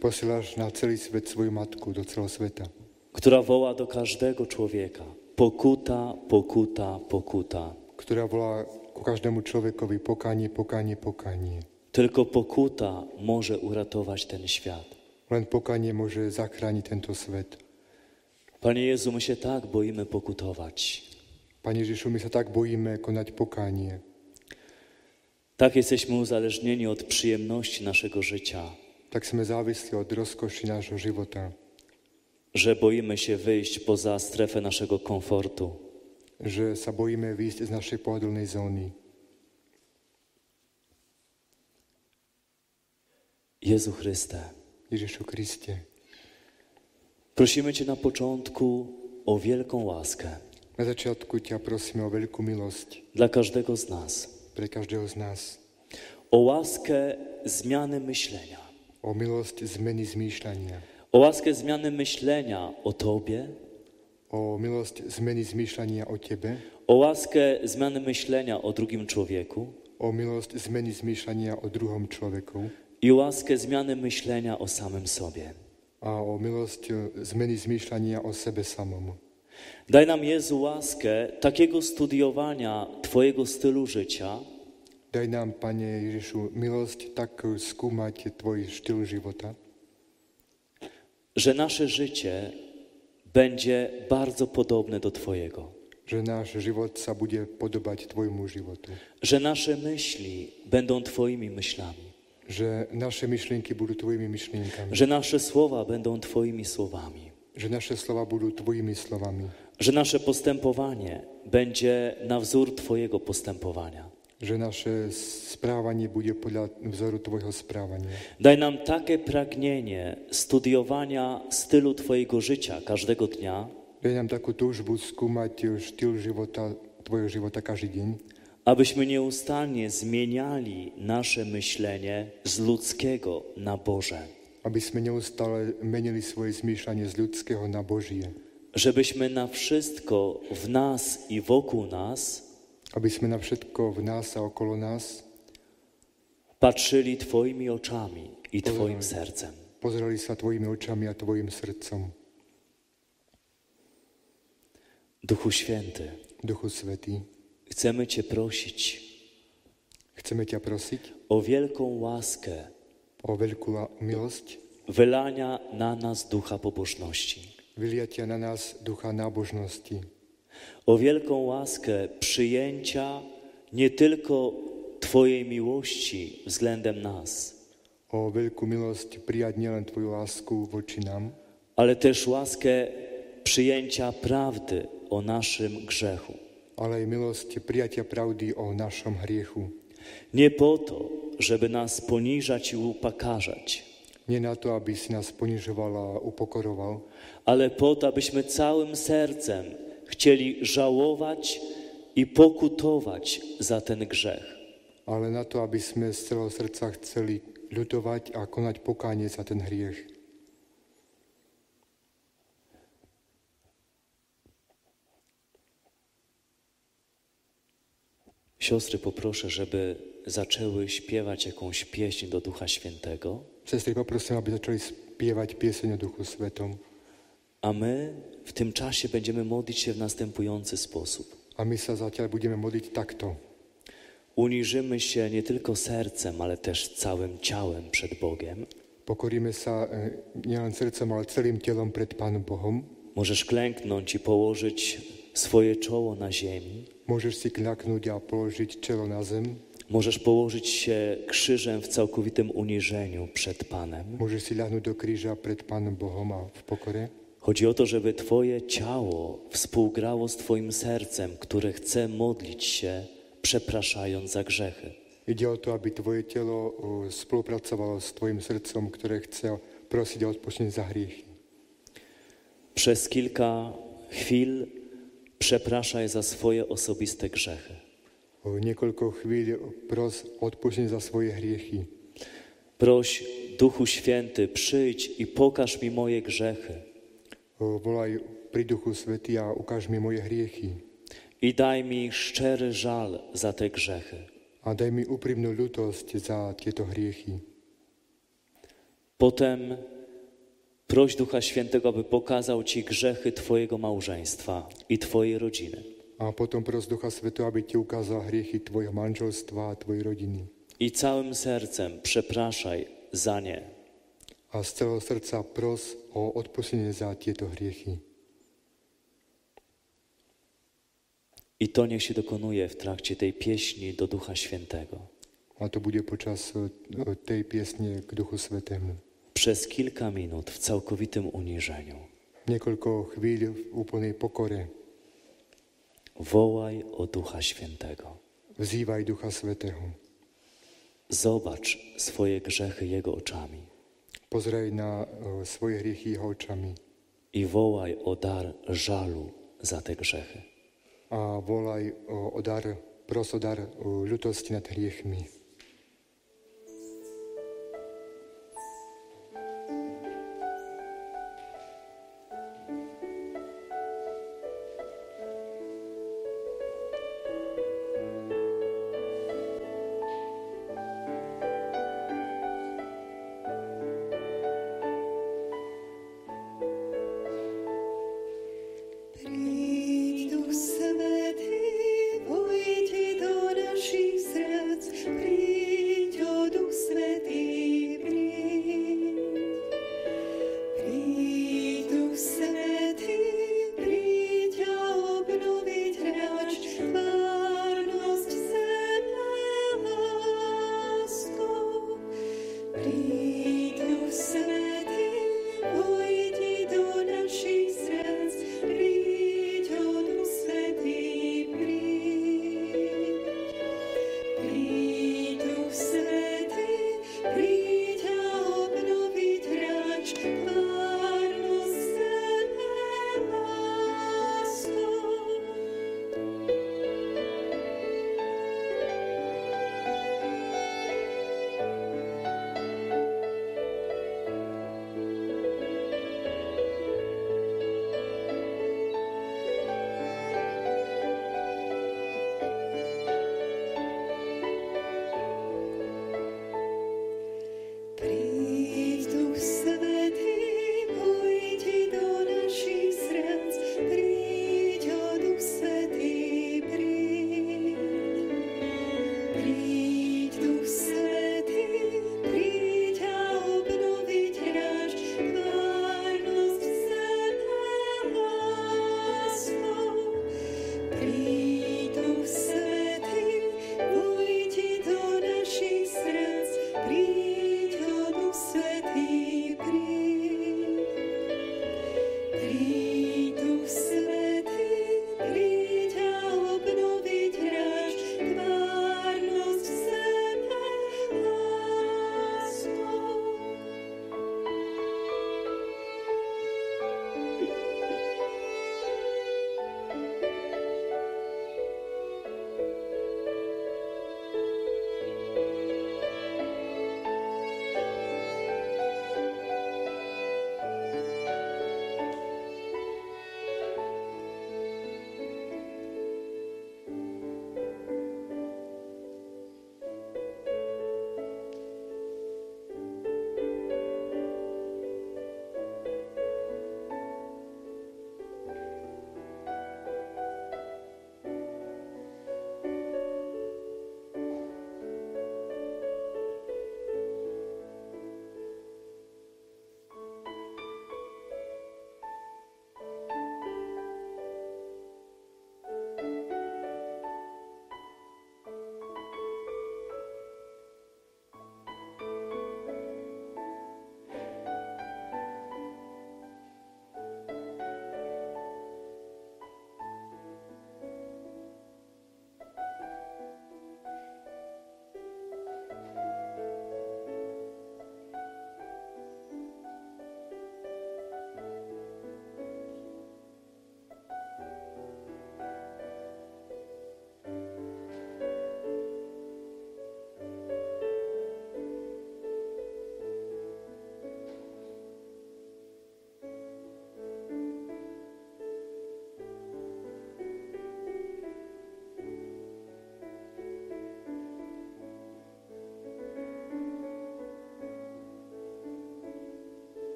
B: posielaš na celý svet svoju matku do celého sveta,
A: która woła do każdego człowieka: pokuta, pokuta, pokuta.
B: ktorá volá ku každému človekovi pokanie, pokanie, pokanie.
A: Tylko pokuta może uratować ten świat.
B: Len pokanie môže zachrániť tento svet.
A: Panie Jezu, my się tak boimy pokutować.
B: Pane Ježišu, my sa tak bojíme konať pokanie.
A: Tak jesteśmy uzależnieni od przyjemności naszego życia,
B: Tak sme závislí od rozkoši nášho života,
A: że boimy się wyjść poza strefę naszego komfortu.
B: že sa bojíme výjsť z našej pohodlnej zóny.
A: Jezu Chryste,
B: Ježišu Kriste,
A: prosimy Cię na początku o wielką łaskę,
B: Na začiatku ťa prosíme o veľkú milosť
A: dla każdego z nas,
B: pre každého z nás.
A: o łaskę zmiany myślenia,
B: O milosť zmeny zmýšľania.
A: o łaskę zmiany myślenia o Tobie,
B: O milosť zmeny zmýšľania o Tebe.
A: o łaskę zmiany myślenia o drugim człowieku
B: O milosť zmeny zmýšľania o druhom človeku.
A: i łaskę zmiany myślenia o samym sobie.
B: A o milosť e, zmeny zmýšľania o sebe samom.
A: Daj nam, Jezu, łaskę takiego studiowania Twojego stylu życia,
B: Daj nám, Pane Ježišu, milosť tak e, skúmať Tvoj štýl života,
A: że nasze życie będzie bardzo podobne do Twojego,
B: že náš život sa bude podobať Tvojmu životu.
A: że nasze myśli będą Twoimi myślami,
B: Že naše myšlienky budú Tvojimi myšlienkami.
A: że nasze słowa będą Twoimi słowami,
B: Že naše slova budú Tvojimi slovami.
A: że nasze postępowanie będzie na wzór Twojego postępowania.
B: Že naše správanie bude podľa vzoru Tvojho správania.
A: Daj nam takie pragnienie studiowania stylu Twojego życia każdego dnia,
B: Daj nám takú túžbu skúmať štýl života, tvojho života každý deň,
A: abyśmy nieustannie zmieniali nasze myślenie z ludzkiego na Boże,
B: aby sme neustále menili svoje zmýšľanie z ľudského na Božie.
A: żebyśmy na wszystko w nas i wokół nas
B: Aby sme na všetko v nás a okolo nás
A: patrzyli Twoimi oczami i Twoim sercem.
B: pozerali sa tvojimi očami a tvojim srdcom.
A: Duchu Święty,
B: Duchu Svetý,
A: chcemy Cię prosić
B: chceme ťa prosiť
A: o wielką łaskę
B: o veľkú la- milosť,
A: wylania na nas ducha pobożności.
B: vyliatia na nás ducha nábožnosti,
A: o wielką łaskę przyjęcia nie tylko Twojej miłości względem nas,
B: o veľkú milosť prijať nielen tvoju lásku voči nám,
A: ale też łaskę przyjęcia prawdy o naszym grzechu.
B: ale aj milosť prijatia pravdy o našom hriechu.
A: Nie po to, żeby nas poniżać i upakarzać,
B: Nie na to, aby si nás ponižoval a upokoroval,
A: ale po to, abyśmy całym sercem chcieli żałować i pokutować za ten grzech.
B: ale na to, aby sme z celého srdca chceli ľutovať a konať pokánie za ten hriech.
A: Siostry, poproszę, żeby zaczęły śpiewać jakąś pieśń do Ducha Świętego.
B: Sestry, poprosím, aby začali spievať pieseň o Duchu Svetom.
A: A my w tym czasie będziemy modlić się w następujący sposób.
B: A my sa zatiaľ budeme modliť takto.
A: Uniżymy się nie tylko sercem, ale też całym ciałem przed Bogiem.
B: Pokoríme sa e, nielen srdcom, ale celým telom pred Pánom Bohom.
A: Możesz klęknąć i położyć swoje czoło na ziemi.
B: Môžeš si kľaknúť a položiť čelo na zem.
A: Możesz położyć się krzyżem w całkowitym uniżeniu przed Panem.
B: Môžeš si ľahnúť do kríža pred Pánom Bohom a v pokore.
A: Chodzi o to, żeby Twoje ciało współgrało z Twoim sercem, które chce modlić się, przepraszając za grzechy.
B: Ide o to, aby tvoje telo e, spolupracovalo s tvojim srdcom, ktoré chce prosiť o odpustenie za hriechy.
A: Przez kilka chwil przepraszaj za swoje osobiste grzechy.
B: O niekoľko chvíľ pros odpustenie za svoje hriechy.
A: Proś, Duchu Święty, przyjdź i pokaż mi moje grzechy
B: O, Volaj pri duchu svety a ukáž mi moje hriechy.
A: i daj mi szczery żal za te grzechy.
B: A daj mi úprimnú ľutosť za tieto hriechy.
A: Potem proś Ducha Świętego, aby pokazał Ci grzechy Twojego małżeństwa i Twojej rodziny.
B: A potom pros ducha svetu, aby ti ukázal hriechy tvojho manželstva a tvojej rodiny.
A: I całym sercem przepraszaj za nie.
B: A z celého srdca pros o odpustenie za tieto hriechy.
A: I to niech się dokonuje w trakcie tej pieśni do Ducha Świętego.
B: A to bude počas e, tej piesne k duchu svetému.
A: Przez kilka minut w całkowitym uniżeniu
B: niekoľko chvíľ v úplnej pokore.
A: wołaj o Ducha Świętego.
B: Vzývaj Ducha Svetého.
A: Zobacz swoje grzechy Jego oczami
B: Pozeraj na e, svoje hriechy jeho očami
A: i wołaj o dar żalu za te grzechy.
B: a volaj o, o dar, pros o dar o ľutosti nad hriechmi.
C: Príď, Duch Svetý, vojdi do našich srdc, príď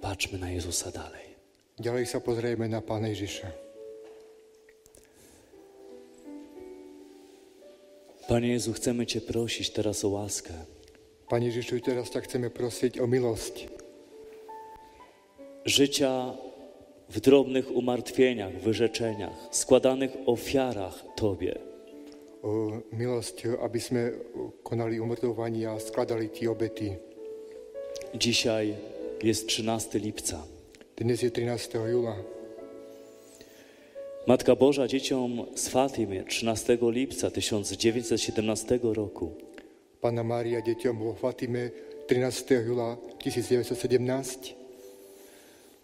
A: Patrzmy na Jezusa dalej.
B: Ďalej sa pozrieme na Pána Ježiša.
A: Panie Jezu, chcemy Cię prosić teraz o łaskę.
B: Pane Ježišu, teraz ťa chceme prosiť o milosť.
A: Życia w drobnych umartwieniach, wyrzeczeniach, składanych ofiarach Tobie.
B: O milosť, aby sme konali umrtovanie a skladali ti obety.
A: Dzisiaj jest 13 lipca.
B: Dnes je 13. júla.
A: Matka Boża dzieciom z Fatimy 13 lipca 1917 roku
B: Pána Mária deťom vo Fatime 13. júla 1917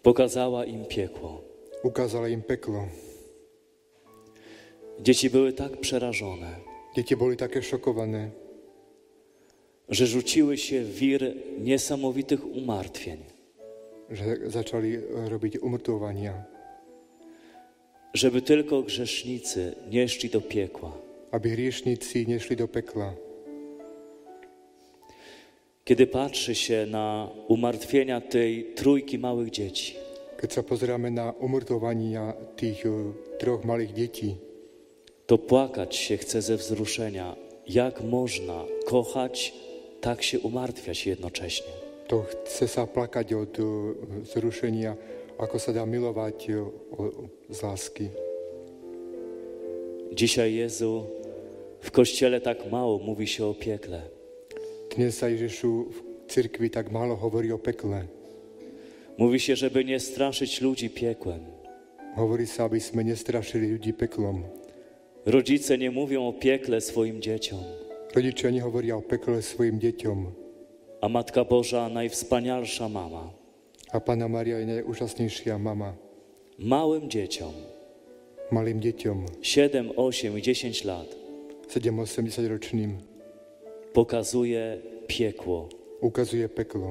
A: pokazała im piekło.
B: ukázala im peklo.
A: Dzieci były tak przerażone,
B: Deti boli také šokované,
A: że rzuciły się w wir niesamowitych umartwień,
B: že začali robiť umrtovania,
A: żeby tylko grzesznicy nie szli do piekła.
B: aby hriešnici nešli do pekla.
A: Kiedy patrzy się na umartwienia tej trójki małych dzieci,
B: Keď sa pozeráme na umrtovania tých eh, troch malých detí,
A: to płakać się chce ze wzruszenia, jak można kochać, tak się umartwiać jednocześnie.
B: to chce sa plakať od eh, zrušenia, ako sa dá milovať eh, o- z lásky.
A: Dzisiaj, Jezu, w kościele tak mało mówi się o piekle.
B: Dnes sa Ježišu v cirkvi tak málo hovorí o pekle.
A: Mówi się, żeby nie straszyć ludzi piekłem.
B: Hovorí sa, aby sme nestrašili ľudí peklom.
A: Rodzice nie mówią o piekle swoim dzieciom,
B: Rodičia nehovoria o pekle svojim deťom.
A: a Matka Boża, najwspanialsza mama,
B: A Pána Maria je najúžasnejšia mama.
A: małym dzieciom,
B: Malým deťom,
A: 7, 8 i 10 lat,
B: 7-80 ročným,
A: pokazuje piekło.
B: ukazuje peklo.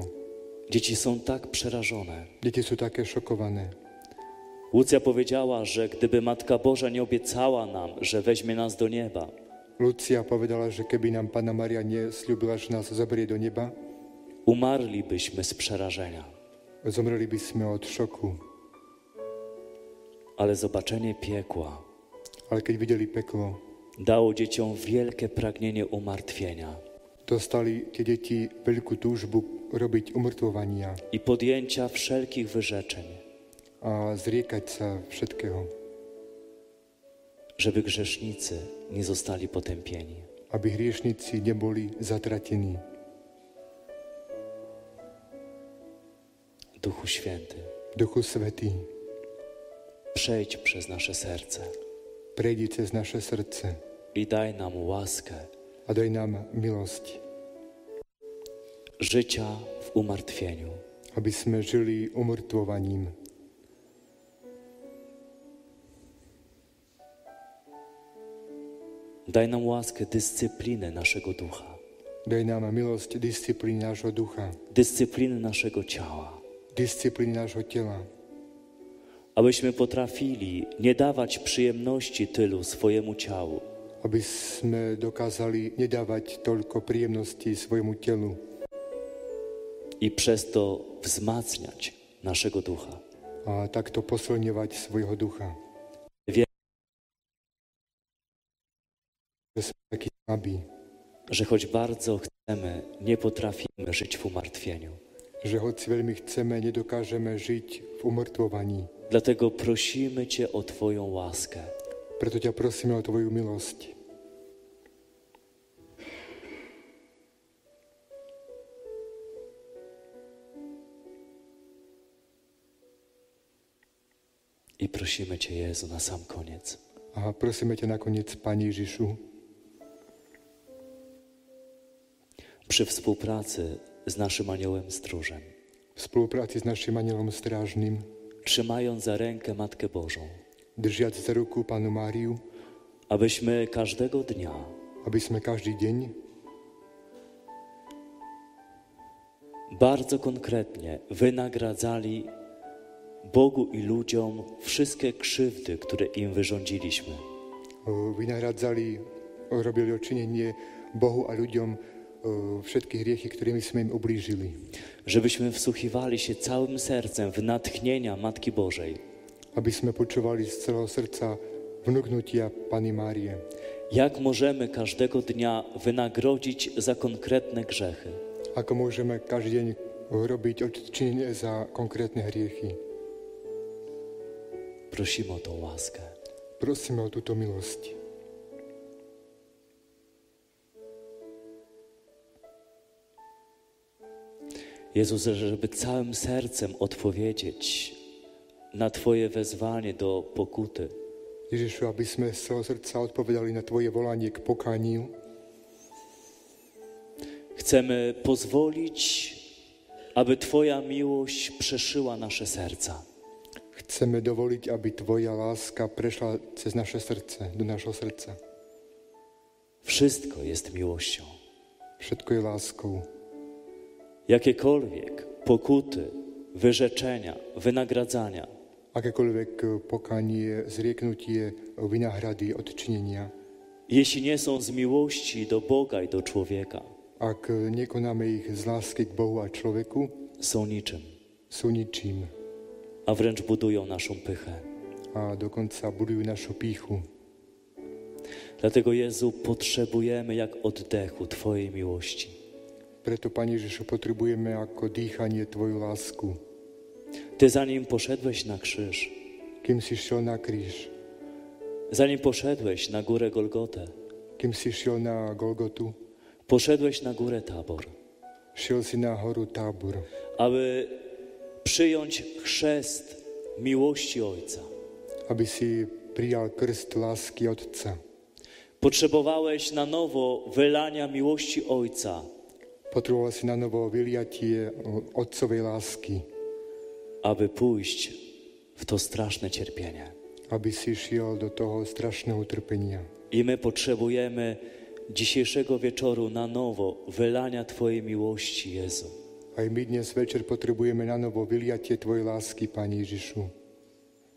A: Dzieci są tak przerażone.
B: Deti sú také šokované.
A: Łucja powiedziała, że gdyby Matka Boża nie obiecała nam, że weźmie nas do nieba,
B: Lucia povedala, že keby nám Pána Maria nesľúbila, že nás zoberie do neba,
A: umarlibyśmy z przerażenia.
B: zomreli by sme od šoku.
A: Ale zobaczenie piekła
B: Ale keď videli peklo,
A: dało dzieciom wielkie pragnienie umartwienia
B: dostali tie deti veľkú túžbu robiť umrtvovania
A: i podjęcia wszelkich wyrzeczeń,
B: a zriekať sa všetkého,
A: żeby grzesznicy nie zostali potępieni.
B: aby hriešnici neboli zatratení.
A: Duchu Święty,
B: Duchu Svetý,
A: przejdź przez nasze serce
B: prejdi cez naše srdce
A: i daj nam łaskę
B: a daj nám milosť,
A: życia w umartwieniu.
B: aby sme žili umrtvovaním.
A: Daj nam łaskę dyscypliny naszego ducha,
B: Daj nám milosť disciplíny nášho ducha,
A: dyscypliny naszego ciała.
B: disciplíny nášho tela,
A: abyśmy potrafili nie dawać przyjemności tylu swojemu ciału,
B: aby sme dokázali nedávať toľko príjemností svojmu telu
A: i przez to wzmacniać naszego ducha.
B: a takto posilňovať svojho ducha.
A: Viem,
B: Že sme takí slabí,
A: że choć bardzo chcemy, nie potrafimy żyć w umartwieniu.
B: že hoci veľmi chceme, nedokážeme žiť v umrtvovaní.
A: Dlatego prosimy Cię o Twoją łaskę.
B: Preto ťa prosíme o tvoju milosť.
A: I prosimy Cię, Jezu, na sam koniec.
B: A prosíme ťa nakoniec, Pani Ježišu,
A: Przy współpracy z naszym aniołem stróżem,
B: v spolupráci s našim anielom strážnym,
A: trzymając za rękę Matkę Bożą,
B: držiac za ruku Pánu Máriu,
A: abyśmy każdego dnia
B: aby sme každý deň
A: bardzo konkretnie wynagradzali Bogu i ludziom wszystkie krzywdy, które im wyrządziliśmy.
B: o, vynahradzali, o, robili odčinenie Bohu a ľuďom o, eh, všetky hriechy, ktorými sme im ublížili.
A: Żebyśmy wsłuchiwali się całym sercem w natchnienia Matki Bożej.
B: Aby sme počúvali z celého srdca vnúknutia Pany Márie.
A: Jak możemy każdego dnia wynagrodzić za konkretne grzechy?
B: Ako môžeme každý deň robiť odčinenie za konkrétne hriechy.
A: Prosimy o tą łaskę.
B: Prosíme o túto milosť.
A: Jezus, żeby całym sercem odpowiedzieć na Twoje wezwanie do pokuty.
B: Ježišu, aby sme z celého srdca odpovedali na Tvoje volanie k pokániu.
A: Chcemy pozwolić, aby Twoja miłość przeszyła nasze serca.
B: Chceme dovoliť, aby Tvoja láska prešla cez naše srdce, do našho srdca.
A: Wszystko jest miłością.
B: Všetko je láskou.
A: Jakiekolwiek pokuty, wyrzeczenia, wynagradzania
B: Akékoľvek eh, pokánie, zrieknutie, eh, vynáhrady, odčinenia.
A: jeśli nie są z miłości do Boga i do człowieka,
B: Ak eh, nekonáme ich z lásky k Bohu a človeku,
A: są niczym,
B: sú ničím
A: a wręcz budują naszą pychę.
B: a dokonca budujú našu píchu.
A: Dlatego, Jezu, potrzebujemy jak oddechu Twojej miłości.
B: Preto, Pane Ježišu, potrebujeme ako dýchanie Tvoju lásku.
A: Ty, zanim poszedłeś na krzyż,
B: Kým si šiel na kríž,
A: zanim poszedłeś na górę Golgotę,
B: kým si šiel na Golgotu,
A: poszedłeś na górę Tabor,
B: šiel si na horu Tábor,
A: aby przyjąć chrzest miłości Ojca.
B: aby si prijal krst lásky Otca.
A: Potrzebowałeś na nowo wylania miłości Ojca,
B: Potreboval si na novo vyliatie eh, Otcovej lásky,
A: aby pójść w to straszne cierpienie.
B: aby si šiel do toho strašného utrpenia.
A: I my potrzebujemy dzisiejszego wieczoru na nowo wylania Twojej miłości, Jezu.
B: Aj my dnes večer potrebujeme na novo vyliatie Tvojej lásky, Pane Ježišu,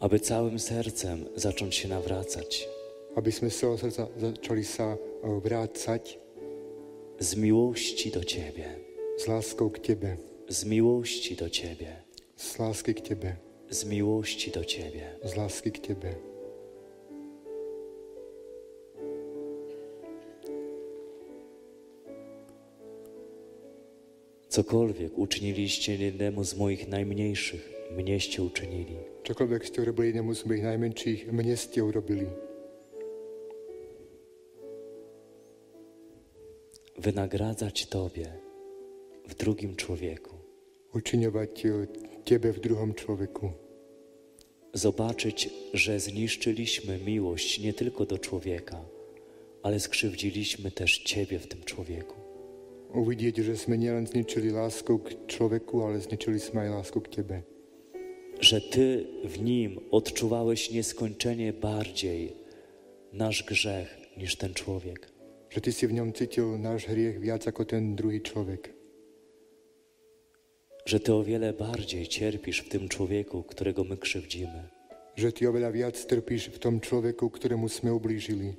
A: aby całym sercem zacząć się nawracać.
B: aby sme z celého srdca začali sa eh, vrácať
A: Z miłości do Ciebie,
B: s láskou k Tebe,
A: z miłości do Ciebie,
B: z lásky k Tebe,
A: z miłości do Ciebie.
B: z lásky k Tebe.
A: Cokolwiek uczyniliście jednemu z moich najmniejszych, mnieście uczynili.
B: Čokoľvek ste urobili jednému z mojich najmenších, mne ste urobili.
A: Wynagradzać Tobie w drugim człowieku.
B: Učiňovať eh, Tebe v druhom človeku.
A: Zobaczyć, że zniszczyliśmy miłość nie tylko do człowieka, ale skrzywdziliśmy też Ciebie w tym człowieku.
B: Uvidieť, že sme nielen zničili lásku k človeku, ale zničili sme aj lásku k Tebe.
A: że Ty w nim odczuwałeś nieskończenie bardziej nasz grzech niż ten człowiek.
B: Že Ty si v ňom cítil náš hriech viac ako ten druhý človek.
A: Że Ty o wiele bardziej cierpisz w tym człowieku, którego my krzywdzimy.
B: Že Ty oveľa viac trpíš v tom človeku, ktorému sme ublížili.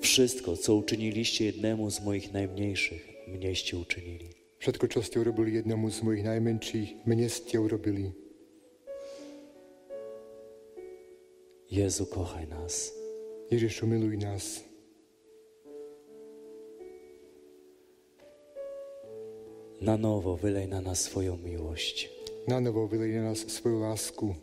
A: Wszystko, co uczyniliście jednemu z moich najmniejszych, mnieście uczynili.
B: Všetko, čo ste urobili jednomu z mojich najmenších, mne ste urobili.
A: Jezu, kochaj nas.
B: Ježišu, miluj nás.
A: Na nowo wylej na nas swoją miłość.
B: Na novo vylej na nás svoju lásku.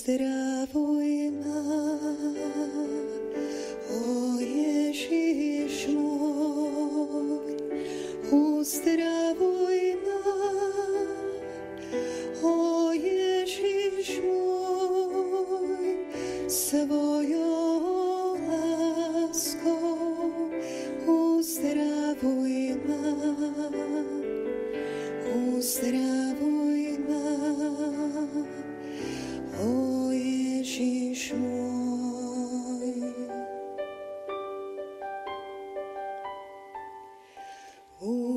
C: uzdravuj ma. O Ježiš môj, uzdravuj ma. O Ježiš môj, svojou láskou uzdravuj ma. Uzdravuj ma, o Ježiš mój.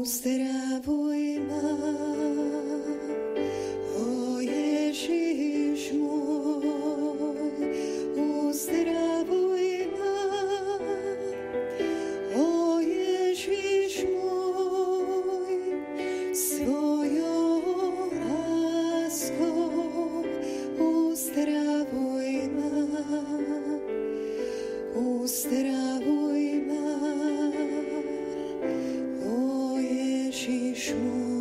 C: Uzdravuj ma, o Ježiš mój. Uzdravuj ma, o Ježiš môj, svojou láskou uzdravuj ma. Uzdravuj ma, o Ježiš môj.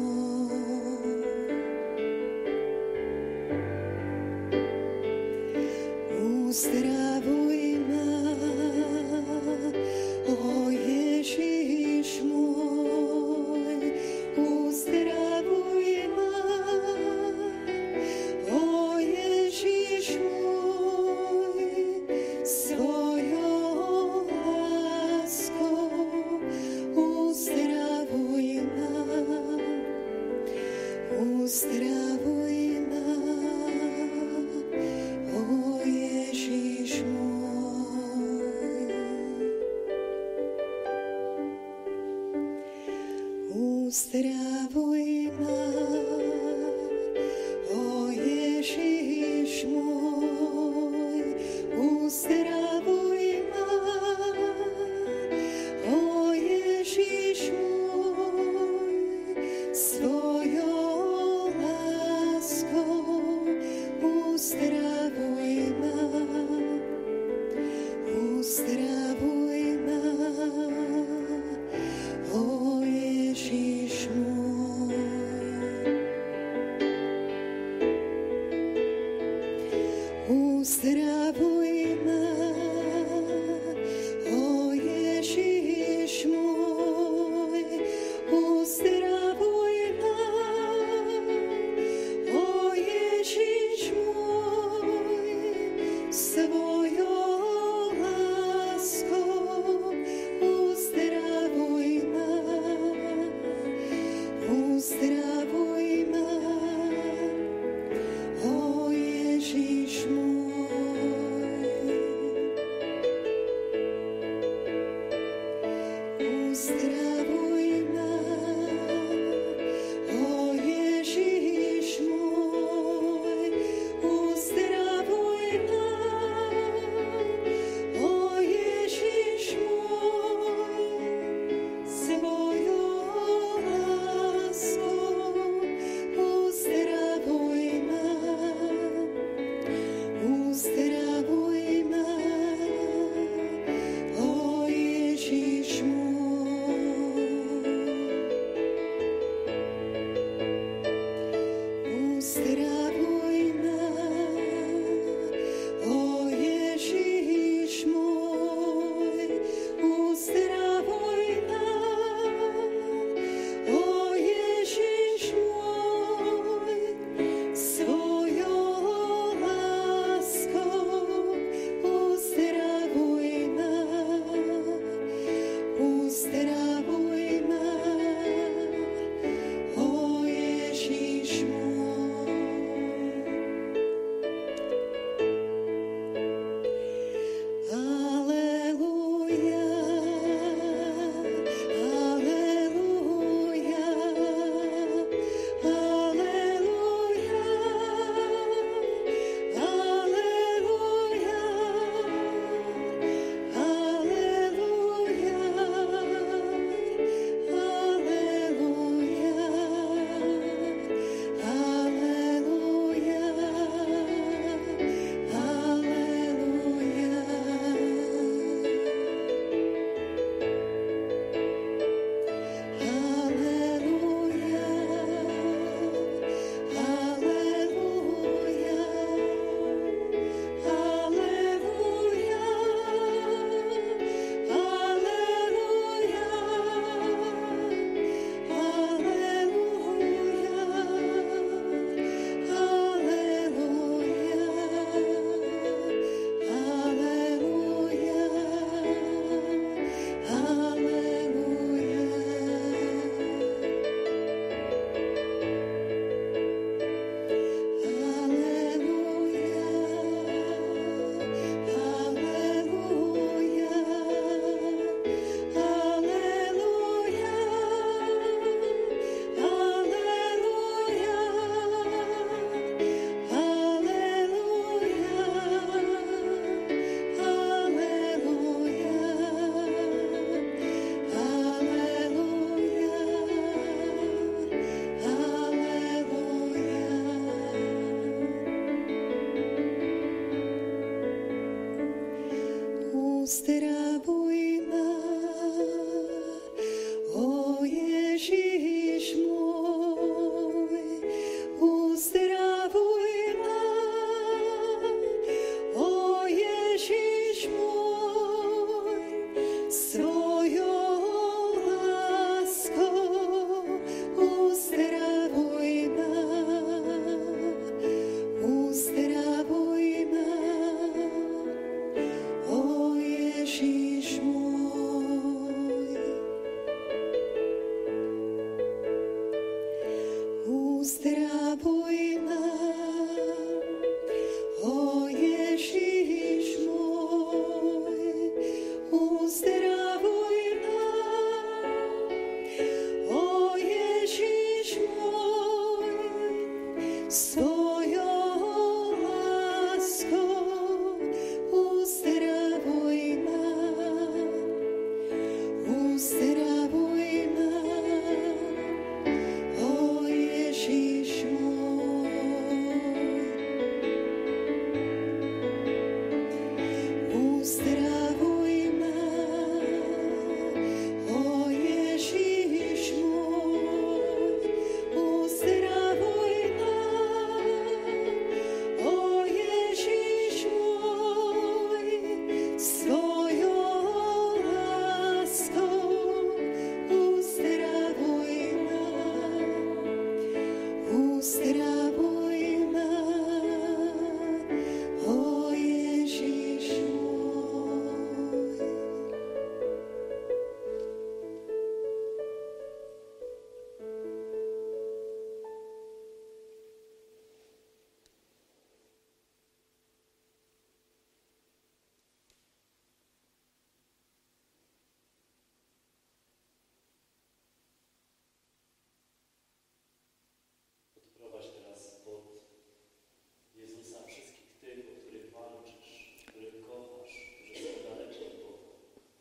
C: Uzdravuj ma, o Ježiš môj. Uzdravuj ma, o Ježiš môj. Svojou láskou uzdravuj ma. Uzdravuj ma, o Ježiš môj. Uzdravuj ma, o Ježiš môj. Uzdravuj ma, o Ježiš mój. Swoją łaską uzdravuj ma, uzdravuj ma, o Ježiš môj. Uzdravuj ma, o Ježiš môj. Uzdravuj ma, o Ježiš môj. Svojou láskou uzdravuj ma, uzdravuj ma. O Ježiš mój,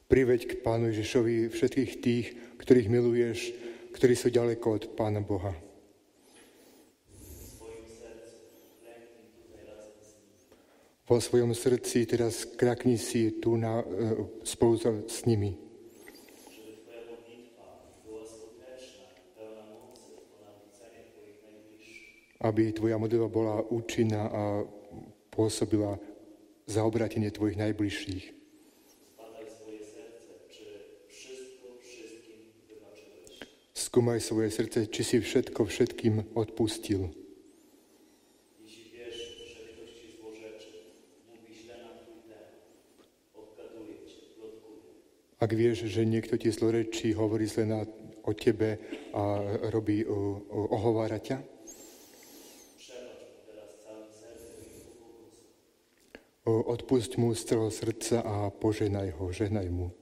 B: priveď k Pánu Ježišovi všetkých tých, ktorých miluješ, ktorí sú ďaleko od Pána Boha. Vo svojom srdci teraz krakni si tu na, eh, spolu so- s nimi. aby tvoja modlitba bola účinná a pôsobila za obratenie tvojich najbližších. Skúmaj svoje srdce, či si všetko všetkým odpustil. Ak vieš, že niekto ti zlorečí, hovorí zle na, o tebe a robí, o, o, ohovára ťa, O, Odpusť mu z celého srdca a poženaj ho, žehnaj mu.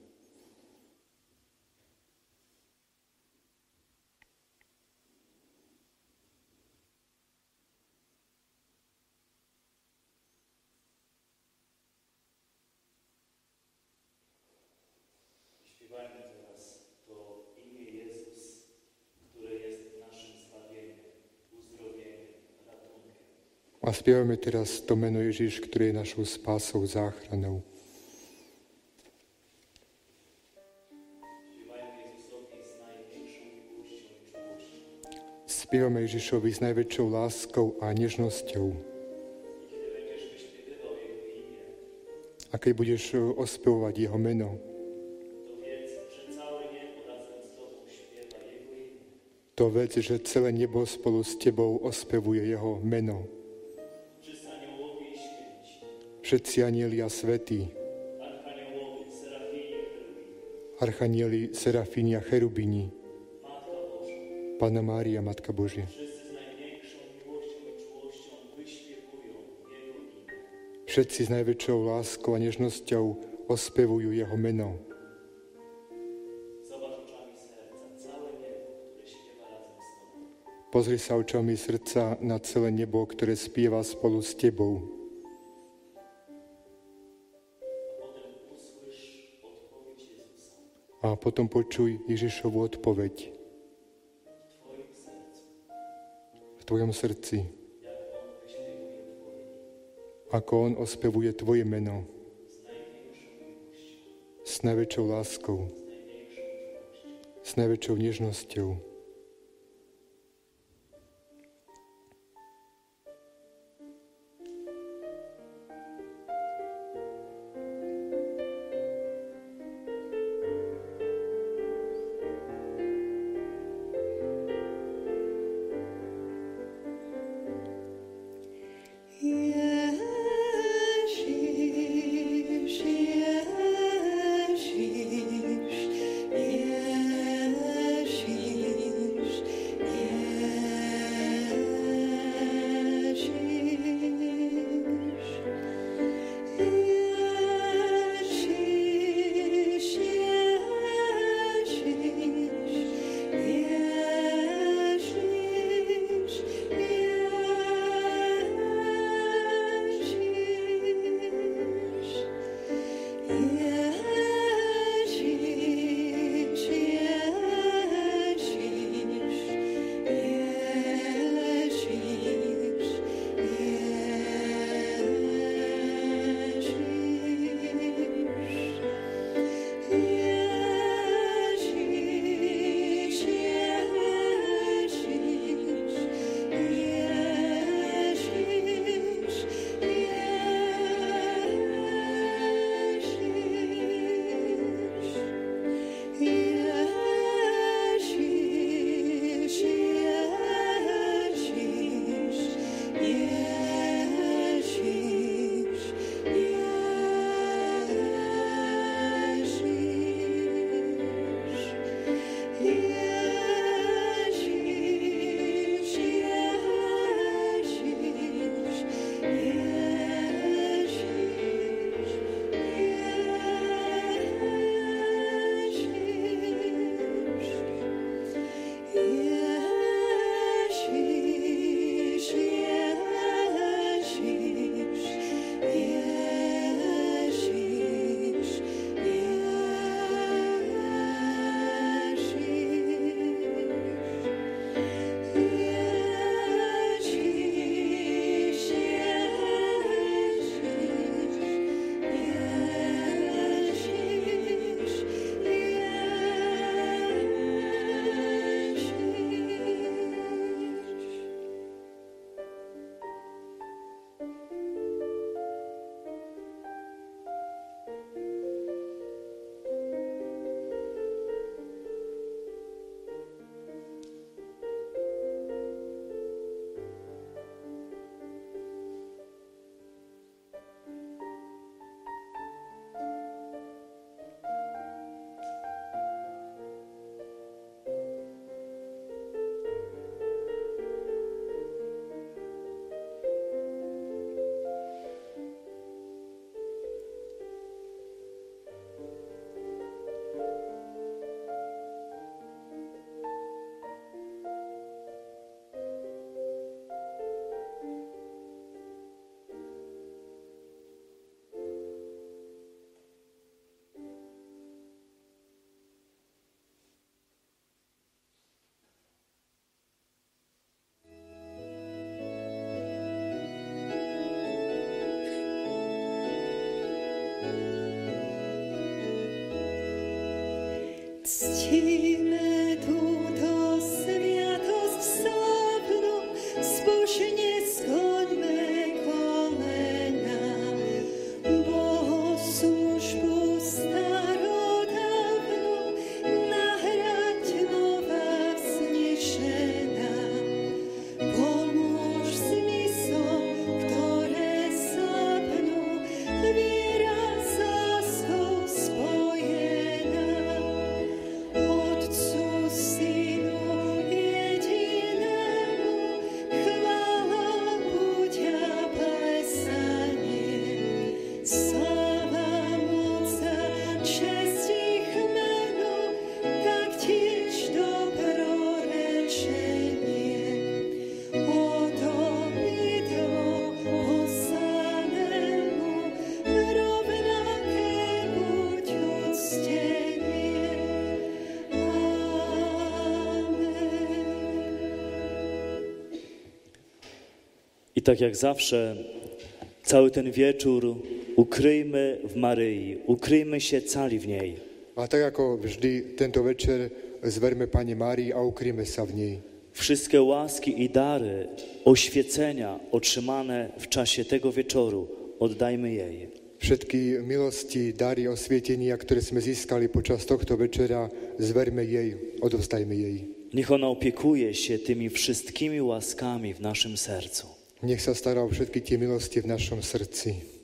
A: Śpiewajmy teraz to imię Jezus, które jest naszym zbawieniem, uzdrowieniem, ratunkiem.
B: A spievame teraz to meno Ježiš, ktoré je našou spásou, záchranou.
A: Śpiewajmy Jezusowi z największą miłością i czułością.
B: Spievame Ježišovi s najväčšou láskou a nežnosťou.
A: Kiedy będziesz wyśpiewywał Jego imię,
B: A keď budeš o, ospevovať jeho meno,
A: to wiedz, że całe niebo razem z Tobą śpiewa Jego imię.
B: to vec, že celé nebo spolu s tebou ospevuje jeho meno.
A: Wszyscy aniołowie i święci,
B: Všetci anielia svetí,
A: archaniołowie, serafini, cherubini,
B: archanieli, serafíni a cherubini,
A: Matka Boża,
B: Pána Mária, Matka Božia.
A: wszyscy z największą miłością i czułością wyśpiewują Jego imię.
B: Všetci s najväčšou láskou a nežnosťou ospevujú jeho meno.
A: Zobacz oczami serca całe niebo, które śpiewa razem z Tobą.
B: Pozri sa očami srdca na celé nebo, ktoré spieva spolu s tebou.
A: Potem usłysz odpowiedź Jezusa
B: A potom počuj Ježišovu odpoveď
A: w Twoim sercu,
B: v tvojom srdci,
A: jak On wyśpiewuje Twoje imię
B: ako on ospevuje tvoje meno
A: z największą miłością,
B: s najväčšou láskou,
A: z największą czułością.
B: s najväčšou nežnosťou.
C: Ježiš, Ježiš, Ježiš, Чтиме туто святост сапно, спушене сконьме колена. Бо службу стародавну награть нова взнішена. Pomóż z misą, które sapną, wiera za swą spojena. Otcu, Synu jedynemu, chwała budzia pesanie. Sława moca, cześć ich menu, tak dziś dobro ręczenie. Oto widmo po samemu, równake budziąc Ciebie. Amen.
A: I tak jak zawsze, cały ten wieczór ukryjmy w Maryi, ukryjmy się cali w niej.
B: A tak ako vždy tento večer zverme Pani Márii a ukryjme sa v nej.
A: Wszystkie łaski i dary, oświecenia otrzymane w czasie tego wieczoru oddajmy jej.
B: Všetky milosti, dary, osvietenia, ktoré sme získali počas tohto večera, zverme jej, odovzdajme jej.
A: Niech ona opiekuje się tymi wszystkimi łaskami w naszym sercu.
B: Nech sa stará o všetky tie milosti v našom srdci.